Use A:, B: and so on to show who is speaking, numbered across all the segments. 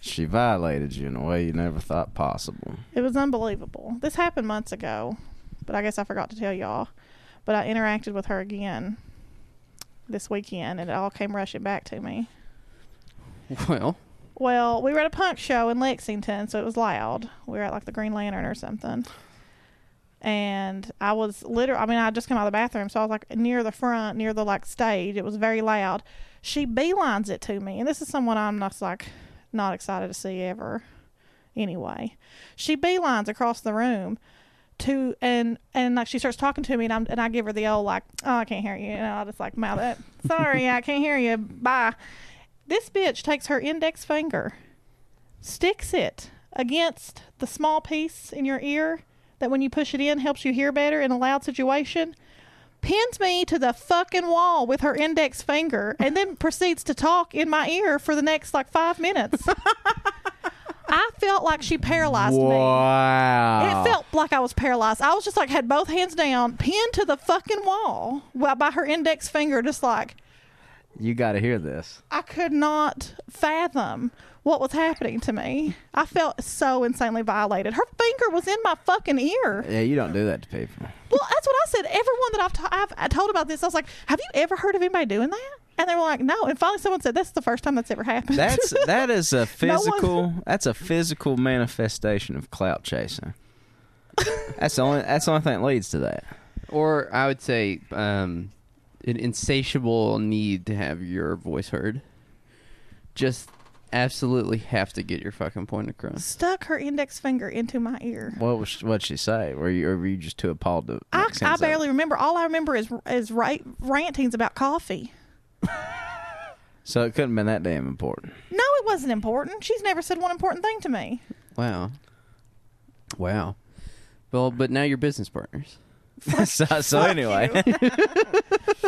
A: she violated you in a way you never thought possible.
B: It was unbelievable. This happened months ago, but I guess I forgot to tell y'all. But I interacted with her again this weekend, and it all came rushing back to me.
C: Well,
B: Well, we were at a punk show in Lexington, so it was loud. We were at like the Green Lantern or something. And I was literally, I mean, I had just come out of the bathroom, so I was like near the front, near the like stage. It was very loud. She beelines it to me. And this is someone I'm not like, not excited to see ever anyway. She beelines across the room to, and, and like she starts talking to me, and, I'm, and I give her the old, like, oh, I can't hear you. And I just like mouth it. Sorry, I can't hear you. Bye. This bitch takes her index finger, sticks it against the small piece in your ear that when you push it in helps you hear better in a loud situation, pins me to the fucking wall with her index finger, and then proceeds to talk in my ear for the next like five minutes. I felt like she paralyzed me.
A: Wow.
B: It felt like I was paralyzed. I was just like had both hands down, pinned to the fucking wall, while by her index finger, just like
A: You got to hear this.
B: I could not fathom what was happening to me. I felt so insanely violated. Her finger was in my fucking ear.
A: Yeah, you don't do that to people.
B: Well, that's what I said. Everyone that I've, t- I've I told about this, I was like, "Have you ever heard of anybody doing that?" And they were like, "No." And finally, someone said, "That's the first time that's ever happened."
A: That's that is a
B: No one-
A: physical. that's a physical manifestation of clout chasing. That's the only. That's the only thing that leads to that.
C: or I would say um, an insatiable need to have your voice heard. Just absolutely have to get your fucking point across.
B: stuck her index finger into my ear.
A: What was what she say? Were you or were you just too appalled to? make
B: I,
A: sense
B: I
A: of it?
B: barely remember. All I remember is is ra- rantings about coffee.
A: So it couldn't have been that damn important.
B: No, it wasn't important. She's never said one important thing to me.
C: Wow. Wow. Well, but now you're business partners.
A: so so
B: Fuck
A: anyway,
B: you.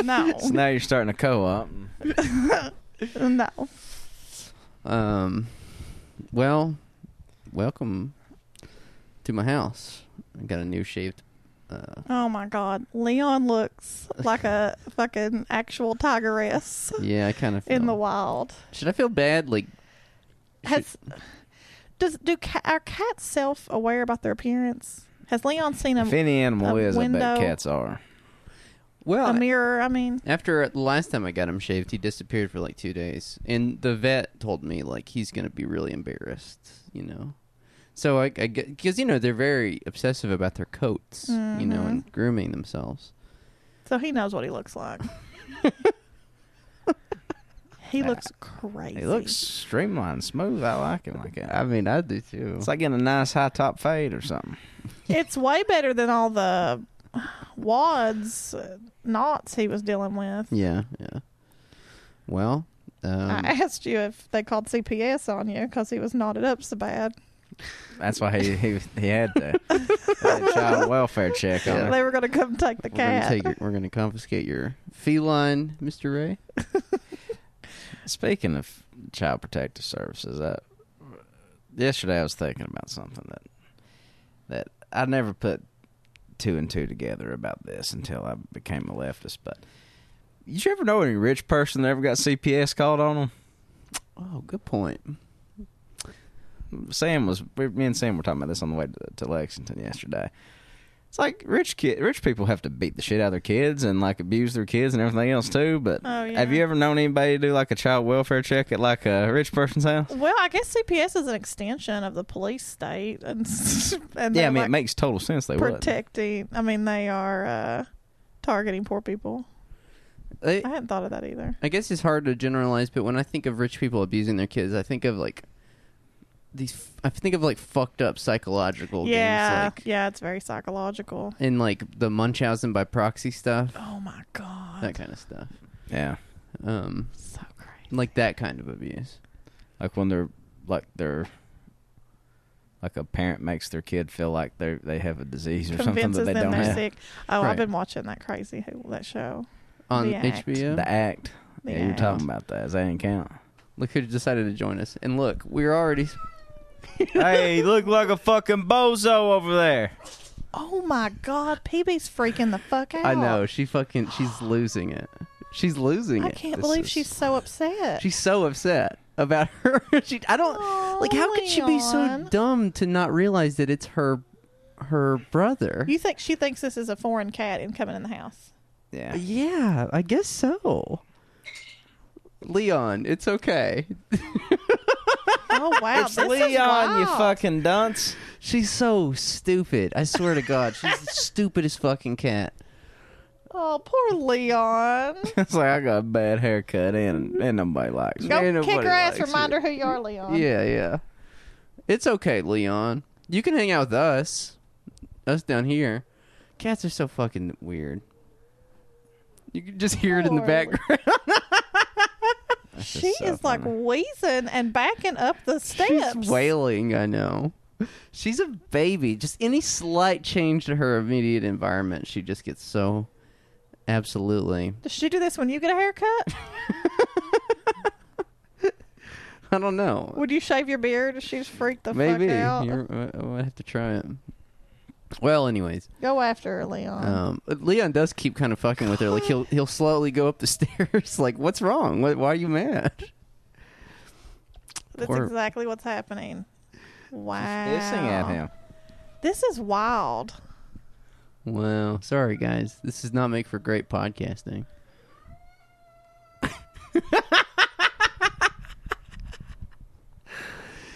B: no,
A: so now you're starting a co-op.
B: Um, no.
C: Um, well, welcome to my house. I got a new shaved. Uh,
B: Oh my god, Leon looks like a fucking actual tigress
C: yeah, I kind of
B: in the wild.
C: Should I feel bad? Like,
B: Has does do ca- are cats self aware about their appearance? Has Leon seen
A: If
B: a,
A: any animal
B: a
A: is, I
B: window.
A: bet cats are.
C: well,
B: a mirror? I mean,
C: after the last time I got him shaved, he disappeared for like two days, and the vet told me like he's gonna be really embarrassed, you know. So I, I because you know they're very obsessive about their coats, you know,
B: Mhm.
A: Mm-hmm.
C: and grooming themselves.
B: so he knows what he looks like. he looks crazy.
A: He looks streamlined, smooth. I like him like that.
C: I mean, I do too.
A: It's like getting a nice high top fade or something.
B: It's way better than all the wads uh, knots he was dealing with.
C: yeah, yeah. Well, um,
B: I asked you if they called CPS on you because he was knotted up so bad.
A: That's why he he, he had the that child welfare check on
C: Yeah.
A: him.
B: They were going to come take the
C: we're gonna
B: cat.
C: take your, we're gonna confiscate your feline, Mister Ray.
A: Speaking of child protective services, I, yesterday I was thinking about something that that I never put two and two together about this until I became a leftist. But did you ever know any rich person that ever got CPS called on them?
C: Oh, good point.
A: Sam was we- me and Sam were talking about this on the way to, to Lexington yesterday. It's like rich kid, rich people have to beat the shit out of their kids and like abuse their kids and everything else too. But
B: Oh, yeah.
A: have you ever known anybody do like a child welfare check at like a rich person's house?
B: Well, I guess CPS is an extension of the police state, and and
A: yeah,
B: they're,
A: I mean
B: like,
A: it makes total sense. They would.
B: protecting. I mean, they are uh, targeting poor people.
C: They-
B: I hadn't thought of that either.
C: I guess it's hard to generalize, but when I think of rich people abusing their kids, I think of like these. I think of like fucked up psychological
B: yeah,
C: games, like
B: yeah, it's very psychological.
C: and like the Munchausen by proxy stuff,
B: Oh my god,
C: that kind of stuff.
A: Yeah,
C: Um,
B: so crazy.
C: like that kind of abuse.
A: like when they're like they're like a parent makes their kid feel like they they have a disease or something that
B: Convinces
A: they
B: them
A: don't
B: they're
A: have.
B: sick. Oh,
A: Right.
B: I've been watching that crazy who- that show.
C: On
B: The act.
C: HBO,
A: The act.
B: The
A: yeah, you're
B: Act.
A: talking about that. Does that ain't count?
C: look who decided to join us. And look, we're already.
A: hey, you look like a fucking bozo over there.
B: Oh my god, PB's freaking the fuck out.
C: I know she fucking. She's losing it. She's losing
B: I
C: it.
B: can't
C: This
B: believe
C: is-
B: she's so upset.
C: She's so upset about her. she. I don't. Like, how could she be so
B: Leon.
C: dumb to not realize that it's her her brother?
B: You think she thinks this is a foreign cat and coming in the house?
A: Yeah.
C: yeah, I guess so. Leon, it's okay.
B: Oh wow,
A: It's
B: this is
A: Leon, you
B: wild.
A: fucking dunce.
C: She's so stupid. I swear to God, she's the stupidest fucking cat.
B: Oh, poor Leon.
A: it's like I got a bad haircut and and nobody likes me.
B: Go
C: Ain't
B: kick
C: nobody
B: her ass.
C: likes
B: Remind
C: it.
B: her who you are, Leon.
C: Yeah, yeah. It's okay, Leon. You can hang out with us. Us down here. Cats are so fucking weird. You can just hear it in the
B: Poor
C: background.
B: She
A: so
B: is like
A: funny.
B: wheezing and backing up the steps.
C: She's wailing, I know. She's a baby. Just any slight change to her immediate environment, she just gets so absolutely.
B: Does she do this when you get a haircut?
C: I don't know.
B: Would you shave your beard? if She's freaked the
C: Maybe.
B: fuck out.
C: You're, I might have to try it. Well, anyways.
B: Go after her, Leon.
C: Um, but Leon does keep kind of fucking with her. Like he'll he'll slowly go up the stairs. like, what's wrong? What, why are you mad?
B: That's
C: poor-
B: exactly what's happening. Wow.
A: Pissing at him.
B: This is wild.
C: Wow. Sorry, guys. This does not make for great podcasting.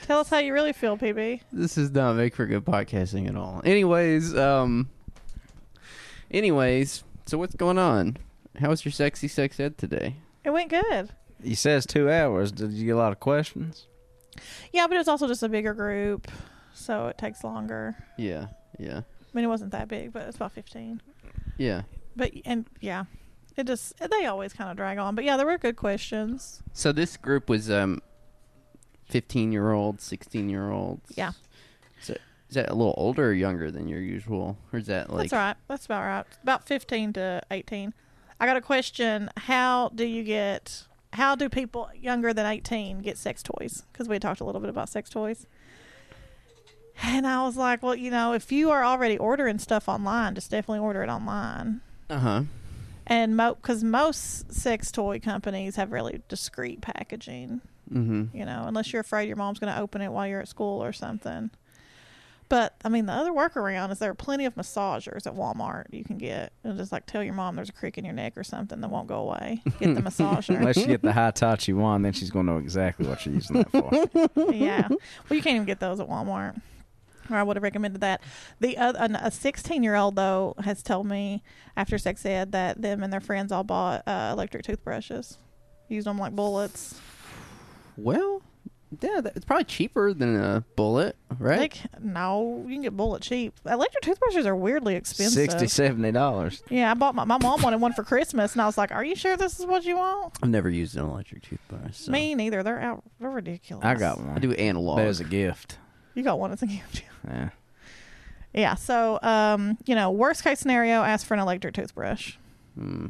B: Tell us how you really feel, PB.
C: This does not make for good podcasting at all. Anyways, um. Anyways, so what's going on? How was your sexy sex ed today?
B: It went good.
A: He says two hours. Did you get a lot of questions?
B: Yeah, but it was also just a bigger group, so it takes longer.
C: Yeah, yeah,
B: I mean, it wasn't that big, but it's about 15.
C: yeah.
B: But, and yeah, it just, they always kind of drag on. But yeah, there were good questions.
C: So this group was um, fifteen year olds, sixteen year olds.
B: Yeah.
C: So is that a little older or younger than your usual, or is that like
B: That's all right. That's about right. About 15 to 18. I got a question. How do you get, how do people younger than 18 get sex toys? Because we had talked a little bit about sex toys. And I was like, well, you know, if you are already ordering stuff online, just definitely order it online.
C: Uh huh.
B: And because most sex toy companies have really discreet packaging,
C: Mm-hmm.
B: you know, unless you're afraid your mom's going to open it while you're at school or something. But I mean, the other workaround is there are plenty of massagers at Walmart you can get and just like tell your mom there's a creak in your neck or something that won't go away. Get the massager.
A: Unless you get the high Tachi one, then she's going to know exactly what you're using that for.
B: yeah. Well, you can't even get those at Walmart. Or I would have recommended that. The other, an- a 16 year old though has told me after sex ed that them and their friends all bought uh, electric toothbrushes, used them like bullets.
C: Well, yeah, that, it's probably cheaper than a bullet, right?
B: Like, no, you can get bullet cheap. Electric toothbrushes are weirdly expensive.
A: Sixty, seventy dollars.
B: Yeah, I bought my, my mom wanted one for Christmas, and I was like, "Are you sure this is what you want?"
C: I've never used an electric toothbrush. So.
B: Me neither. They're out. They're ridiculous.
A: I got one.
C: I do analog.
A: That was a gift.
B: You got one as a gift.
A: Yeah.
B: yeah. So, um, you know, worst case scenario, ask for an electric toothbrush.
C: Hmm.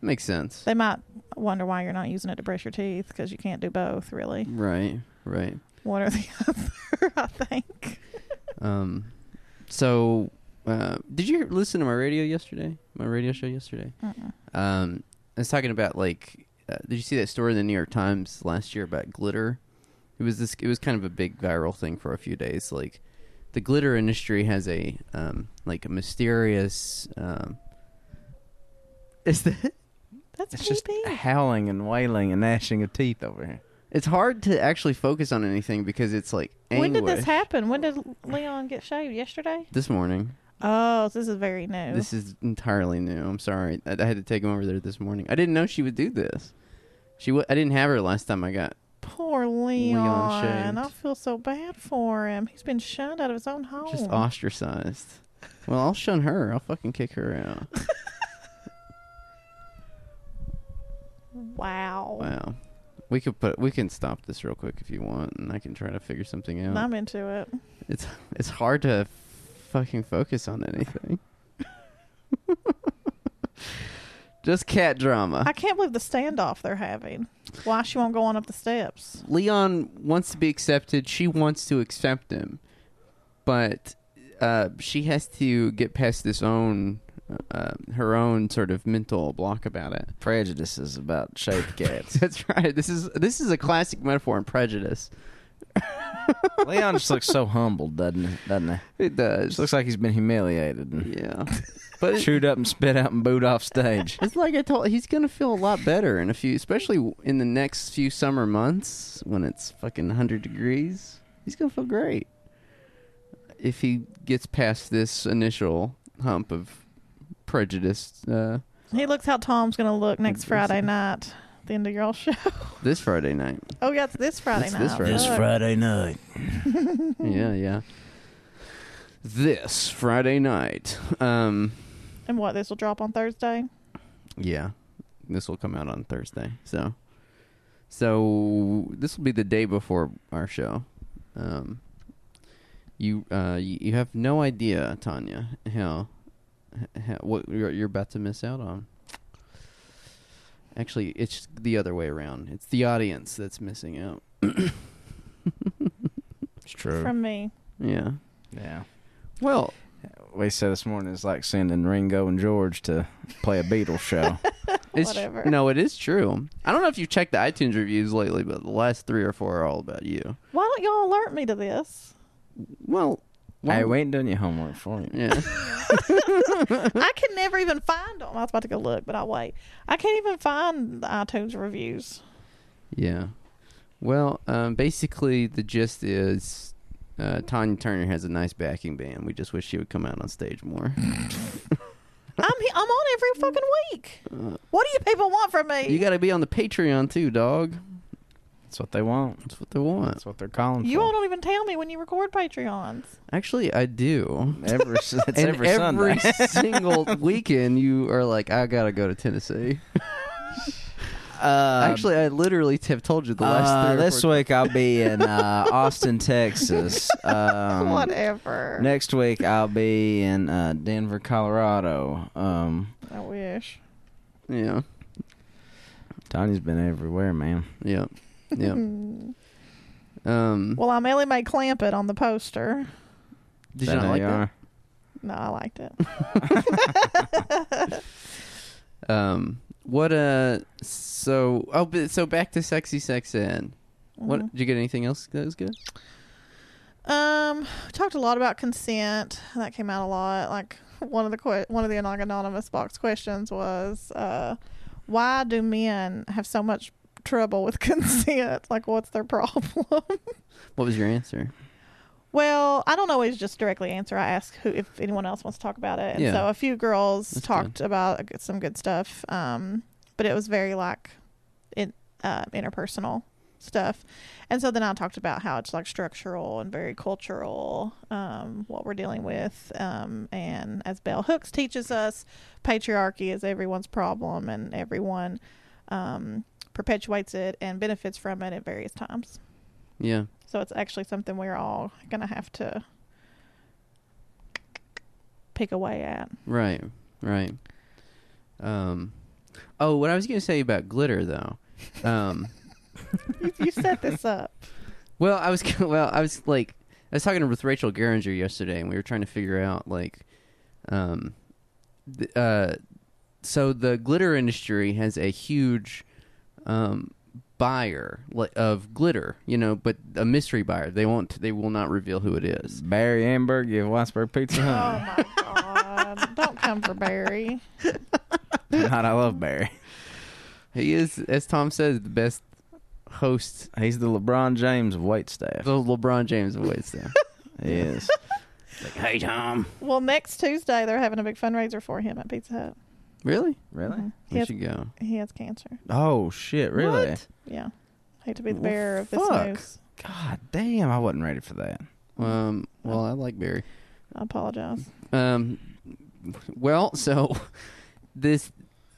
C: Makes sense.
B: They might wonder why you're not using it to brush your teeth because you can't do both. Really,
C: right. Right.
B: one or the other. I think.
C: Um. So, uh, did you listen to my radio yesterday? My radio show yesterday.
B: Mm-mm.
C: Um, I was talking about like, uh, did you see that story in the New York Times last year about glitter? It was this. It was kind of a big viral thing for a few days. Like, the glitter industry has a um, like a mysterious. Um, is that?
B: That's
A: It's just
B: creepy.
A: howling and wailing and gnashing of teeth over here.
C: It's hard to actually focus on anything because it's like anguish.
B: When did this happen? When did Leon get shaved? Yesterday?
C: This morning.
B: Oh, so this is very new.
C: This is entirely new. I'm sorry. I, I had to take him over there this morning. I didn't know she would do this. She. W- I didn't have her last time I got.
B: Poor Leon.
C: Leon shaved.
B: I feel so bad for him. He's been shunned out of his own home.
C: Just ostracized. Well, I'll shun her. I'll fucking kick her out.
B: Wow.
C: Wow. We could put we can stop this real quick if you want, and I can try to figure something out.
B: I'm into it.
C: It's it's hard to fucking focus on anything. Just cat drama.
B: I can't believe the standoff they're having. Why she won't go on up the steps?
C: Leon wants to be accepted. She wants to accept him, but uh, she has to get past this own uh, her own sort of mental block about it.
A: Prejudices about shaved cats.
C: That's right. This is this is a classic metaphor in prejudice.
A: Leon just looks so humbled, doesn't he? Doesn't he? Just
C: It does.
A: looks like he's been humiliated and
C: yeah. But it,
A: chewed up and spit out and booed off stage.
C: it's like I told he's going to feel a lot better in a few, especially in the next few summer months when it's fucking 100 degrees. He's going to feel great. If he gets past this initial hump of prejudice uh,
B: He looks how Tom's gonna look next
C: It's-
B: Friday night, at the end of your show.
C: this Friday night.
B: Oh yeah, it's this Friday
C: It's
B: night.
C: this Friday. This
B: Fuck.
A: Friday night.
C: yeah, yeah. This Friday night. Um,
B: And what? This will drop on Thursday.
C: Yeah. This will come out on Thursday. So so this will be the day before our show. Um you uh you, you have no idea, Tanya, how, how what you're, you're about to miss out on. Actually, it's the other way around. It's the audience that's missing out.
A: It's true.
B: From me.
C: Yeah.
A: yeah.
C: Well,
A: We said this morning it's like sending Ringo and George to play a Beatles show.
C: it's
B: Whatever.
C: no, it is true. I don't know if you've checked the iTunes reviews lately, but the last 3 or 4 are all about you.
B: Why don't y'all alert me to this?
C: Well,
A: hey, we ain't done your homework for you.
C: yeah.
B: I can never even find them. I was about to go look, but I'll wait. I can't even find the iTunes reviews.
C: Yeah. Well, um, basically, the gist is uh, Tanya Turner has a nice backing band. We just wish she would come out on stage more.
B: I'm he- I'm on every fucking week.
C: Uh,
B: What do you people want from me?
C: you got to be on the Patreon too, dog.
A: That's what they want.
C: That's what they want.
A: That's what they're calling
B: You
A: for.
B: all don't even tell me when you record Patreons.
C: Actually, I do.
A: Every, it's
C: and
A: every,
C: every
A: Sunday.
C: single weekend, you are like, I gotta go to Tennessee.
A: Uh,
C: Actually, I literally have told you the last.
A: uh,
C: three or
A: this
C: four-
A: week I'll be in uh, Austin, Texas. Um,
B: Whatever.
A: Next week I'll be in uh, Denver, Colorado. Um,
B: I wish.
C: Yeah.
A: Tanya's been everywhere, man.
C: Yeah. Yeah. Um.
B: Well, I'm Ellie Mae Clampett on the poster.
A: Is
C: Did you
A: how
C: not like that?
B: No, I liked it.
C: Um, what uh so oh but so back to sexy sex ed. What
B: Mm-hmm.
C: did you get anything else that was good?
B: Um, we talked a lot about consent. That came out a lot. Like one of the que- one of the anonymous box questions was, uh, why do men have so much trouble with consent? Like, what's their problem?
C: What was your answer?
B: well, I don't always just directly answer. I ask who if anyone else wants to talk about it. And
C: Yeah.
B: so a few girls
C: That's
B: talked about a good- some good stuff. Um, but it was very like in uh, interpersonal stuff. And so then I talked about how it's like structural and very cultural, um, what we're dealing with. Um, and as Bell Hooks teaches us, patriarchy is everyone's problem and everyone um, perpetuates it and benefits from it at various times.
C: Yeah.
B: So it's actually something we're all going to have to pick away at.
C: Right. Right. Um Oh, what I was gonna say about glitter though. Um
B: You, you set this up.
C: Well, I was well, I was like, I was talking with Rachel Geringer yesterday, and we were trying to figure out like, um, th- uh, so the glitter industry has a huge, um, buyer li- of glitter, you know, but a mystery buyer. They won't, they will not reveal who it is.
A: Barry Amberg, you Whitesburg Pizza
B: Oh
A: Hut.
B: my God. Don't come for Barry.
A: Not I love Barry.
C: He is, as Tom says, the best host,
A: He's the LeBron James of waitstaff.
C: the LeBron James of Waitstaff.
A: He is. like, hey Tom.
B: Well, next Tuesday they're having a big fundraiser for him at Pizza Hut. Mm-hmm.
C: really?
A: Really?
B: He
C: We
B: has,
C: should go.
B: he has cancer.
A: Oh shit! Really?
C: What?
B: Yeah. Hate to be the
C: Well,
B: bearer of this
C: fuck.
B: news.
A: God damn! I wasn't ready for that.
C: Um. Well, I like Barry.
B: I apologize.
C: Um, well, so this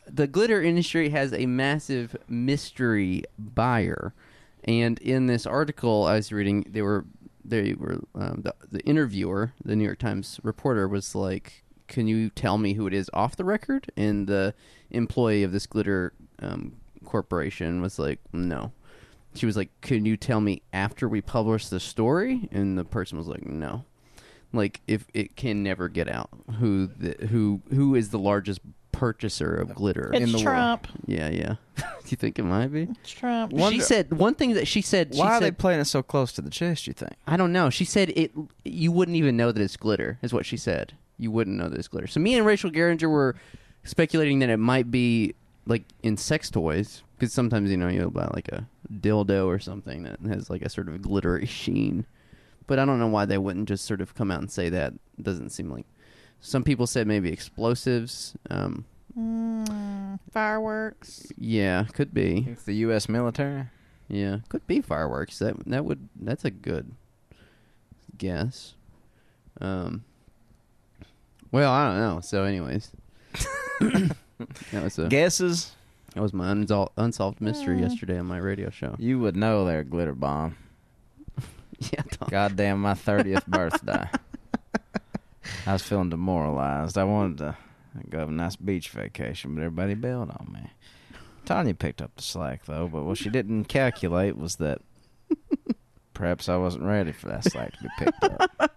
C: the glitter industry has a massive mystery buyer, and in this article I was reading, they were they were um, the the interviewer, the New York Times reporter, was like, "Can you tell me who it is off the record?" And the employee of this glitter um, corporation was like, "No." She was like, "Can you tell me after we publish the story?" And the person was like, "No." like if it can never get out who the, who who is the largest purchaser of glitter.
A: in
B: It's
A: the
B: Trump.
C: yeah, yeah. Do you think it might be?
B: It's Trump.
A: Wonder-
C: she said one thing that she said. She
A: Why are
C: said,
A: they playing it so close to the chest? You think?
C: I don't know. She said it. You wouldn't even know that it's glitter, is what she said. You wouldn't know that it's glitter. So me and Rachel Geringer were speculating that it might be like in sex toys, because sometimes you know you'll buy like a dildo or something that has like a sort of glittery sheen. But I don't know why they wouldn't just sort of come out and say that. It doesn't seem like. Some people said maybe explosives. Um,
B: Mm, fireworks.
C: yeah, could be.
A: It's the U.S. military.
C: Yeah, could be fireworks. That that would that's a good guess. Um. Well, I don't know. So, anyways, that was a,
A: Guesses?
C: that was my unsol- unsolved mystery
B: Yeah.
C: yesterday on my radio show.
A: You would know they're a glitter bomb.
C: Yeah, Tom.
A: Goddamn, my thirtieth birthday. I was feeling demoralized. I wanted to go have a nice beach vacation, but everybody bailed on me. Tanya picked up the slack though, but what she didn't calculate was that perhaps I wasn't ready for that slack to be picked up.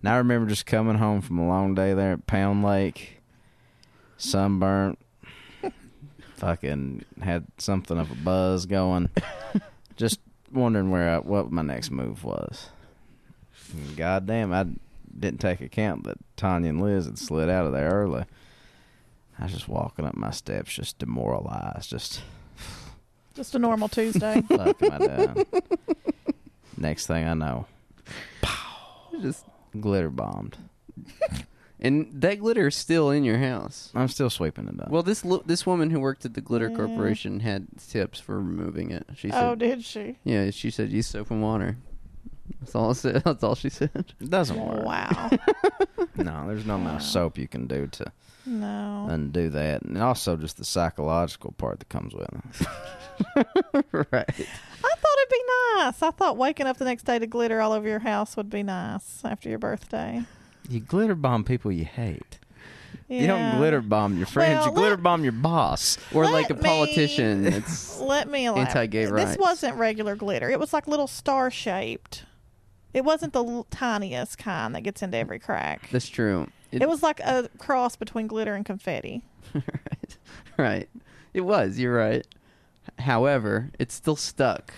A: And I remember just coming home from a long day there at Pound Lake, sunburnt, fucking had something of a buzz going, just wondering where I, what my next move was. And goddamn, I didn't take account that Tanya and Liz had slid out of there early. I was just walking up my steps, just demoralized, just
B: Just a normal Tuesday.
A: fuck am I done? Next thing I know,
C: Just
A: glitter bombed.
C: and that glitter is still in your house.
A: I'm still sweeping it up.
C: Well, this lo- this woman who worked at the glitter
B: Uh. Yeah.
C: corporation had tips for removing it. She said,
B: oh, did she?
C: "Yeah, she said use soap and water." That's all. I said. That's all she said.
A: it doesn't work.
B: Wow.
A: No, there's no amount of soap you can do to
B: no.
A: undo that, and also just the psychological part that comes with it.
C: right.
B: I thought it'd be nice. I thought waking up the next day to glitter all over your house would be nice after your birthday.
A: You glitter bomb people you hate.
B: Yeah.
A: You don't glitter bomb your friends.
B: Well,
A: you glitter
B: let-
A: bomb your boss.
C: Or like a
B: Let me-
C: politician. That's
B: Let me elaborate.
C: Anti-gay
B: This
C: rights.
B: wasn't regular glitter. It was like little star shaped. It wasn't the l- tiniest kind that gets into every crack.
C: that's true.
B: It, was like a cross between glitter and confetti.
C: right. Right. It was. You're right. However, it's still stuck.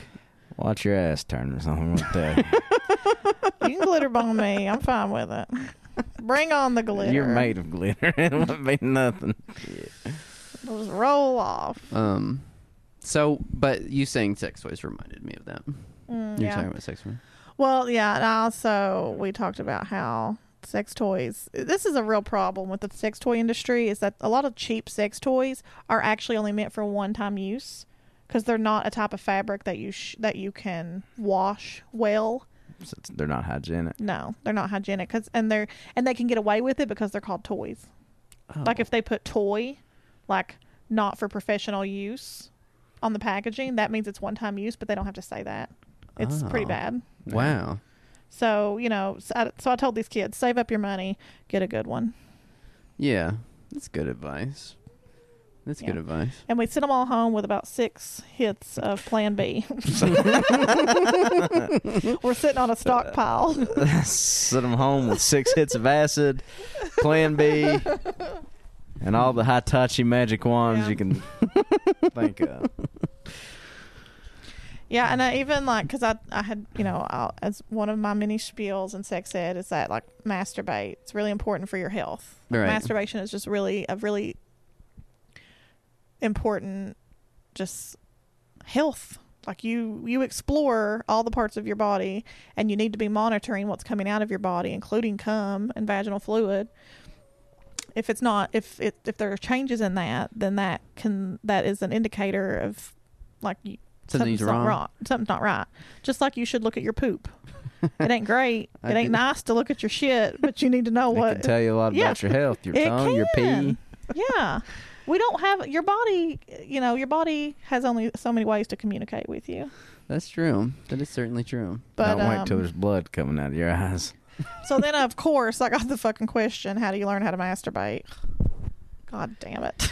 A: Watch your ass turn or something like that.
B: You can glitter bomb me. I'm fine with it. Bring on the glitter.
A: You're made of glitter. it wouldn't be nothing.
B: It'll just roll off.
C: Um. So, but you saying sex toys reminded me of that.
B: Mm,
C: You're
B: yeah.
C: talking about sex toys.
B: Well, yeah, and also we talked about how sex toys. This is a real problem with the sex toy industry is that a lot of cheap sex toys are actually only meant for one-time use because they're not a type of fabric that you sh- that you can wash well.
A: Since They're not hygienic.
B: No, they're not hygienic 'cause- and they're and they can get away with it because they're called toys.
C: Oh.
B: Like if they put toy, like not for professional use, on the packaging, that means it's one-time use, but they don't have to say that. It's pretty
C: Oh.
B: bad.
C: Wow.
B: So you know, so I, so I told these kids, save up your money, get a good one,
C: Yeah. That's good advice. That's good
B: Yeah.
C: advice.
B: and we sent them all home with about six hits of Plan B. We're sitting on a stockpile.
A: Send them home with six hits of acid, Plan B, and all the Hitachi magic wands
B: Yeah.
A: you can think of.
B: Yeah, and I even like because I I had you know i as one of my many spiels in sex ed is that like masturbate. It's really important for your health. Like,
C: Right.
B: Masturbation is just really a really important just health. Like you you explore all the parts of your body, and you need to be monitoring what's coming out of your body, including cum and vaginal fluid. If it's not if it if there are changes in that, then that can that is an indicator of like you
C: Something's
B: not
C: wrong.
B: Something's not right. Just like you should look at your poop. It ain't great.
C: I
B: it ain't
C: did-
B: nice to look at your shit, but you need to know
A: It
B: what.
A: can tell you a lot
B: Yeah.
A: about your health, your
B: It
A: tongue, your pee.
B: can. yeah, we don't have your body. You know, your body has only so many ways to communicate with you.
C: That's true. That is certainly true.
B: But
A: Don't wait till
B: um,
A: there's blood coming out of your eyes.
B: so then, of course, I got the fucking question: How do you learn how to masturbate? God damn it!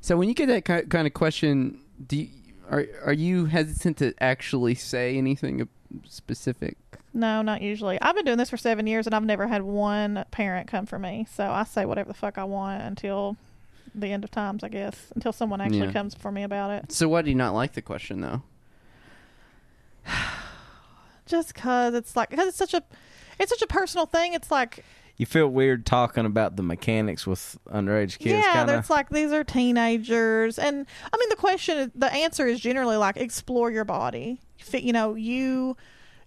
C: So when you get that ki- kind of question, do you, are are you hesitant to actually say anything specific?
B: No, not usually. I've been doing this for seven years, and I've never had one parent come for me. So I say whatever the fuck I want until the end of times, I guess, until someone actually
C: Yeah.
B: comes for me about it.
C: So why do you not like the question though?
B: Just because it's like because it's such a it's such a personal thing. It's like
A: You feel weird talking about the mechanics with underage kids.
B: yeah,
A: kinda.
B: that's like these are teenagers, and I mean the question, the answer is generally like explore your body. Fi- You know, you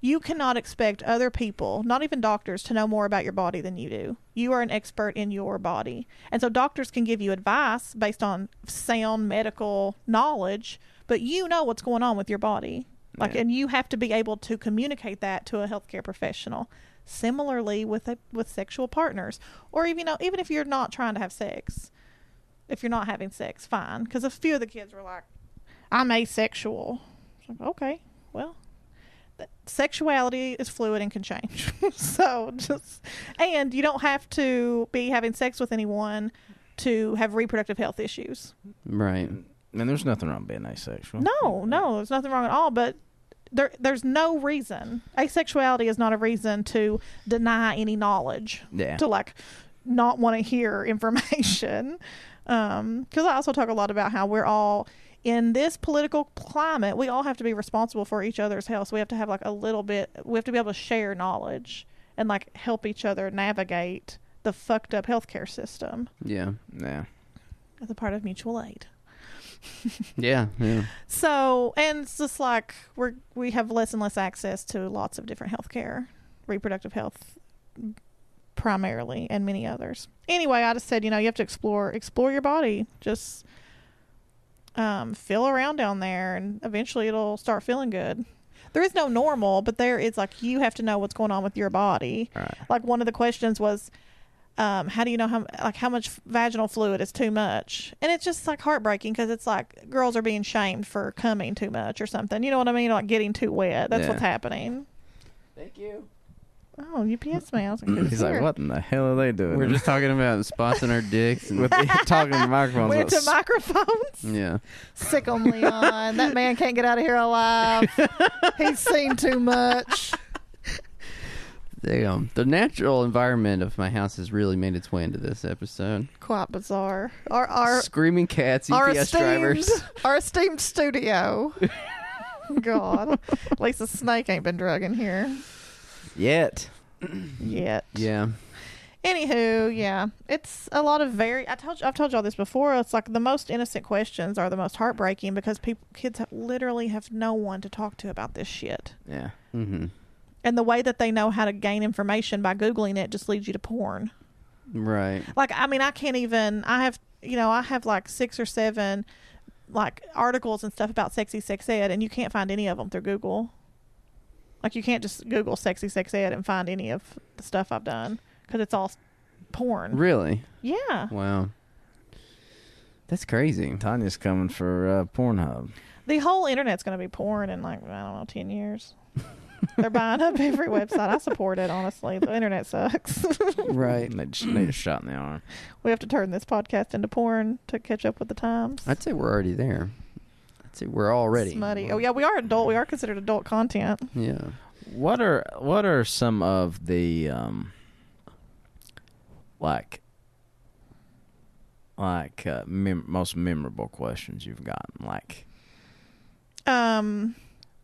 B: you cannot expect other people, not even doctors, to know more about your body than you do. You are an expert in your body, and so doctors can give you advice based on sound medical knowledge, but you know what's going on with your body, like,
A: Yeah.
B: and you have to be able to communicate that to a healthcare professional similarly with a, with sexual partners or even you know even if you're not trying to have sex if you're not having sex fine because a few of the kids were like i'm asexual It's like, okay well th- sexuality is fluid and can change so just and you don't have to be having sex with anyone to have reproductive health issues
C: Right.
A: And there's nothing wrong with being asexual.
B: no no there's nothing wrong at all but there, there's no reason asexuality is not a reason to deny any knowledge
A: Yeah.
B: to like not want to hear information because i also talk a lot about how we're all in this political climate we all have to be responsible for each other's health so we have to have like a little bit we have to be able to share knowledge and like help each other navigate the fucked up healthcare system
C: Yeah.
A: Yeah.
B: as a part of mutual aid
C: Yeah. Yeah.
B: so and it's just like we're we have less and less access to lots of different health care reproductive health primarily and many others anyway i just said you know you have to explore explore your body just um feel around down there and eventually it'll start feeling good there is no normal but there is like you have to know what's going on with your body
A: All right.
B: like one of the questions was um, how do you know how like how much vaginal fluid is too much and it's just like heartbreaking because it's like girls are being shamed for coming too much or something you know what i mean like getting too wet that's
A: Yeah.
B: what's happening
C: Thank you.
B: oh ups man I was like, who's
A: He's like,
B: here?
A: what in the hell are they doing?
C: We're just talking about spots in our dicks and
A: with talking to the microphones.
B: went to
A: about
B: microphones
A: Mm.
C: yeah.
B: sick 'em, leon that man can't get out of here alive he's seen too much
C: Damn. um, The natural environment of my house has really made its way into this episode.
B: quite bizarre our our
C: Screaming cats, EPS drivers.
B: our esteemed studio. God, at least the snake ain't been drug in here
A: Yet.
B: yet.
C: Yeah.
B: Anywho, yeah, it's a lot of very. I told you, I've told y'all this before. It's like the most innocent questions are the most heartbreaking because people, kids, have, literally have no one to talk to about this shit.
A: Yeah.
C: Mm-hmm.
B: And the way that they know how to gain information by googling it just leads you to porn.
C: Right.
B: like i mean i can't even i have you know i have like six or seven like articles and stuff about sexy sex ed and you can't find any of them through google like you can't just google sexy sex ed and find any of the stuff i've done because it's all s- porn
C: Really?
B: yeah
C: Wow. That's crazy.
A: Tanya's coming for uh, Pornhub.
B: the whole internet's going to be porn in like i don't know 10 years they're buying up every website i support it honestly the internet sucks
C: Right.
A: And They just need a shot in the arm.
B: we have to turn this podcast into porn to catch up with the times
C: I'd say we're already there. I'd say we're already.
B: smutty oh yeah we are adult we are considered adult content
C: Yeah.
A: What are what are some of the um like like uh, mem- most memorable questions you've gotten? Like
B: Um.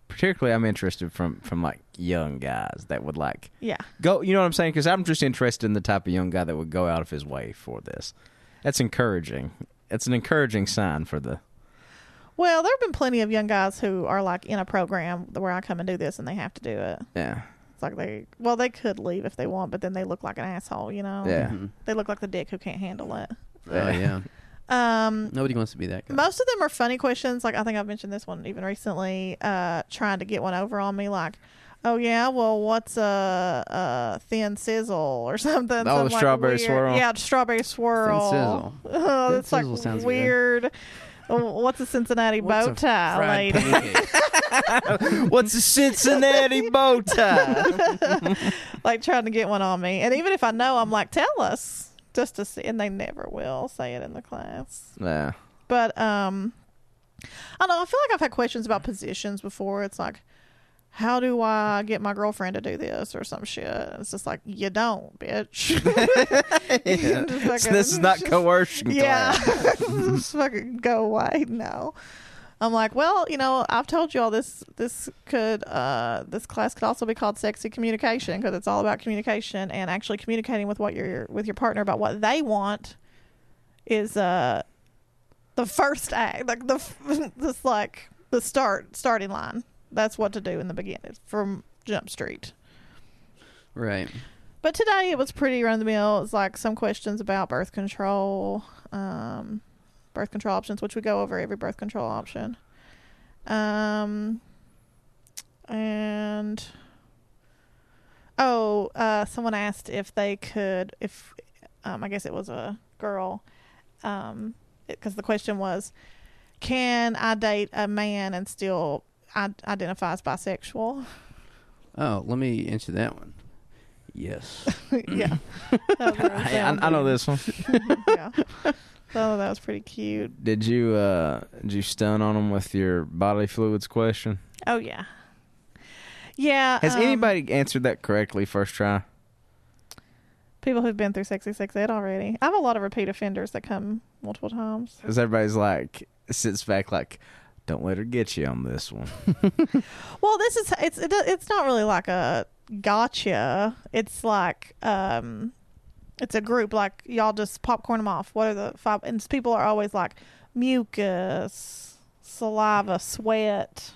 A: particularly, I'm interested from from like young guys that would like
B: Yeah.
A: go. You know what I'm saying? Because I'm just interested in the type of young guy that would go out of his way for this. That's encouraging. It's an encouraging sign for the
B: Well, there have been plenty of young guys who are like in a program where I come and do this, and they have to do it.
A: yeah
B: It's like they, well, they could leave if they want, but then they look like an asshole, you know.
A: Yeah.
C: Mhm.
B: They look like the dick who can't handle it.
C: Oh yeah.
B: Um.
C: Nobody wants to be that guy.
B: Most of them are funny questions. Like I think I've mentioned this one even recently. Uh, trying to get one over on me, like. Oh yeah, well, what's a, a thin sizzle or something?
A: Oh,
B: Some,
A: the strawberry
B: weird-
A: swirl.
B: Yeah, strawberry swirl.
C: sizzle.
B: Oh,
C: Thin
B: that's like
C: sizzle sounds good.
B: weird. Oh, What's a Cincinnati bow tie, lady?
A: What's a Cincinnati bow tie?
B: like trying to get one on me. And even if I know, I'm like, tell us just to see. And they never will say it in the class.
A: yeah.
B: But um, I don't know. I feel like I've had questions about positions before. It's like, how do I get my girlfriend to do this or some shit? And it's just like, you don't, bitch. Just
A: So
B: fucking-
A: this is not coercion
B: yeah.
A: class.
B: just fucking go away. No. I'm like, well, you know, I've told you all this. This could, uh, this class could also be called sexy communication because it's all about communication and actually communicating with what your with your partner about what they want is uh the first act, like the f- this like the start starting line. That's what to do in the beginning from Jump Street.
C: Right.
B: But today it was pretty run of the mill. It was like some questions about birth control, um, birth control options, which we go over every birth control option. Um, and oh, uh, someone asked if they could, if um, I guess it was a girl, because the question was, can I date a man and still I- identify as bisexual?
C: Oh, let me answer that one. Yes.
B: yeah, That was what it
A: I, I, I know
B: sounded.
A: this one.
B: yeah. So that was pretty cute.
A: Did you uh did you stun on them with your bodily fluids question?
B: Oh yeah. Yeah.
A: Has
B: um,
A: anybody answered that correctly first try?
B: people who've been through sexy sex ed already? I have a lot of repeat offenders that come multiple times.
A: Because everybody's like sits back like, don't let her get you on this one.
B: Well, this is it's it, it's not really like a gotcha. It's like um, it's a group like y'all just popcorn them off. What are the five? And people are always like mucus, saliva, sweat.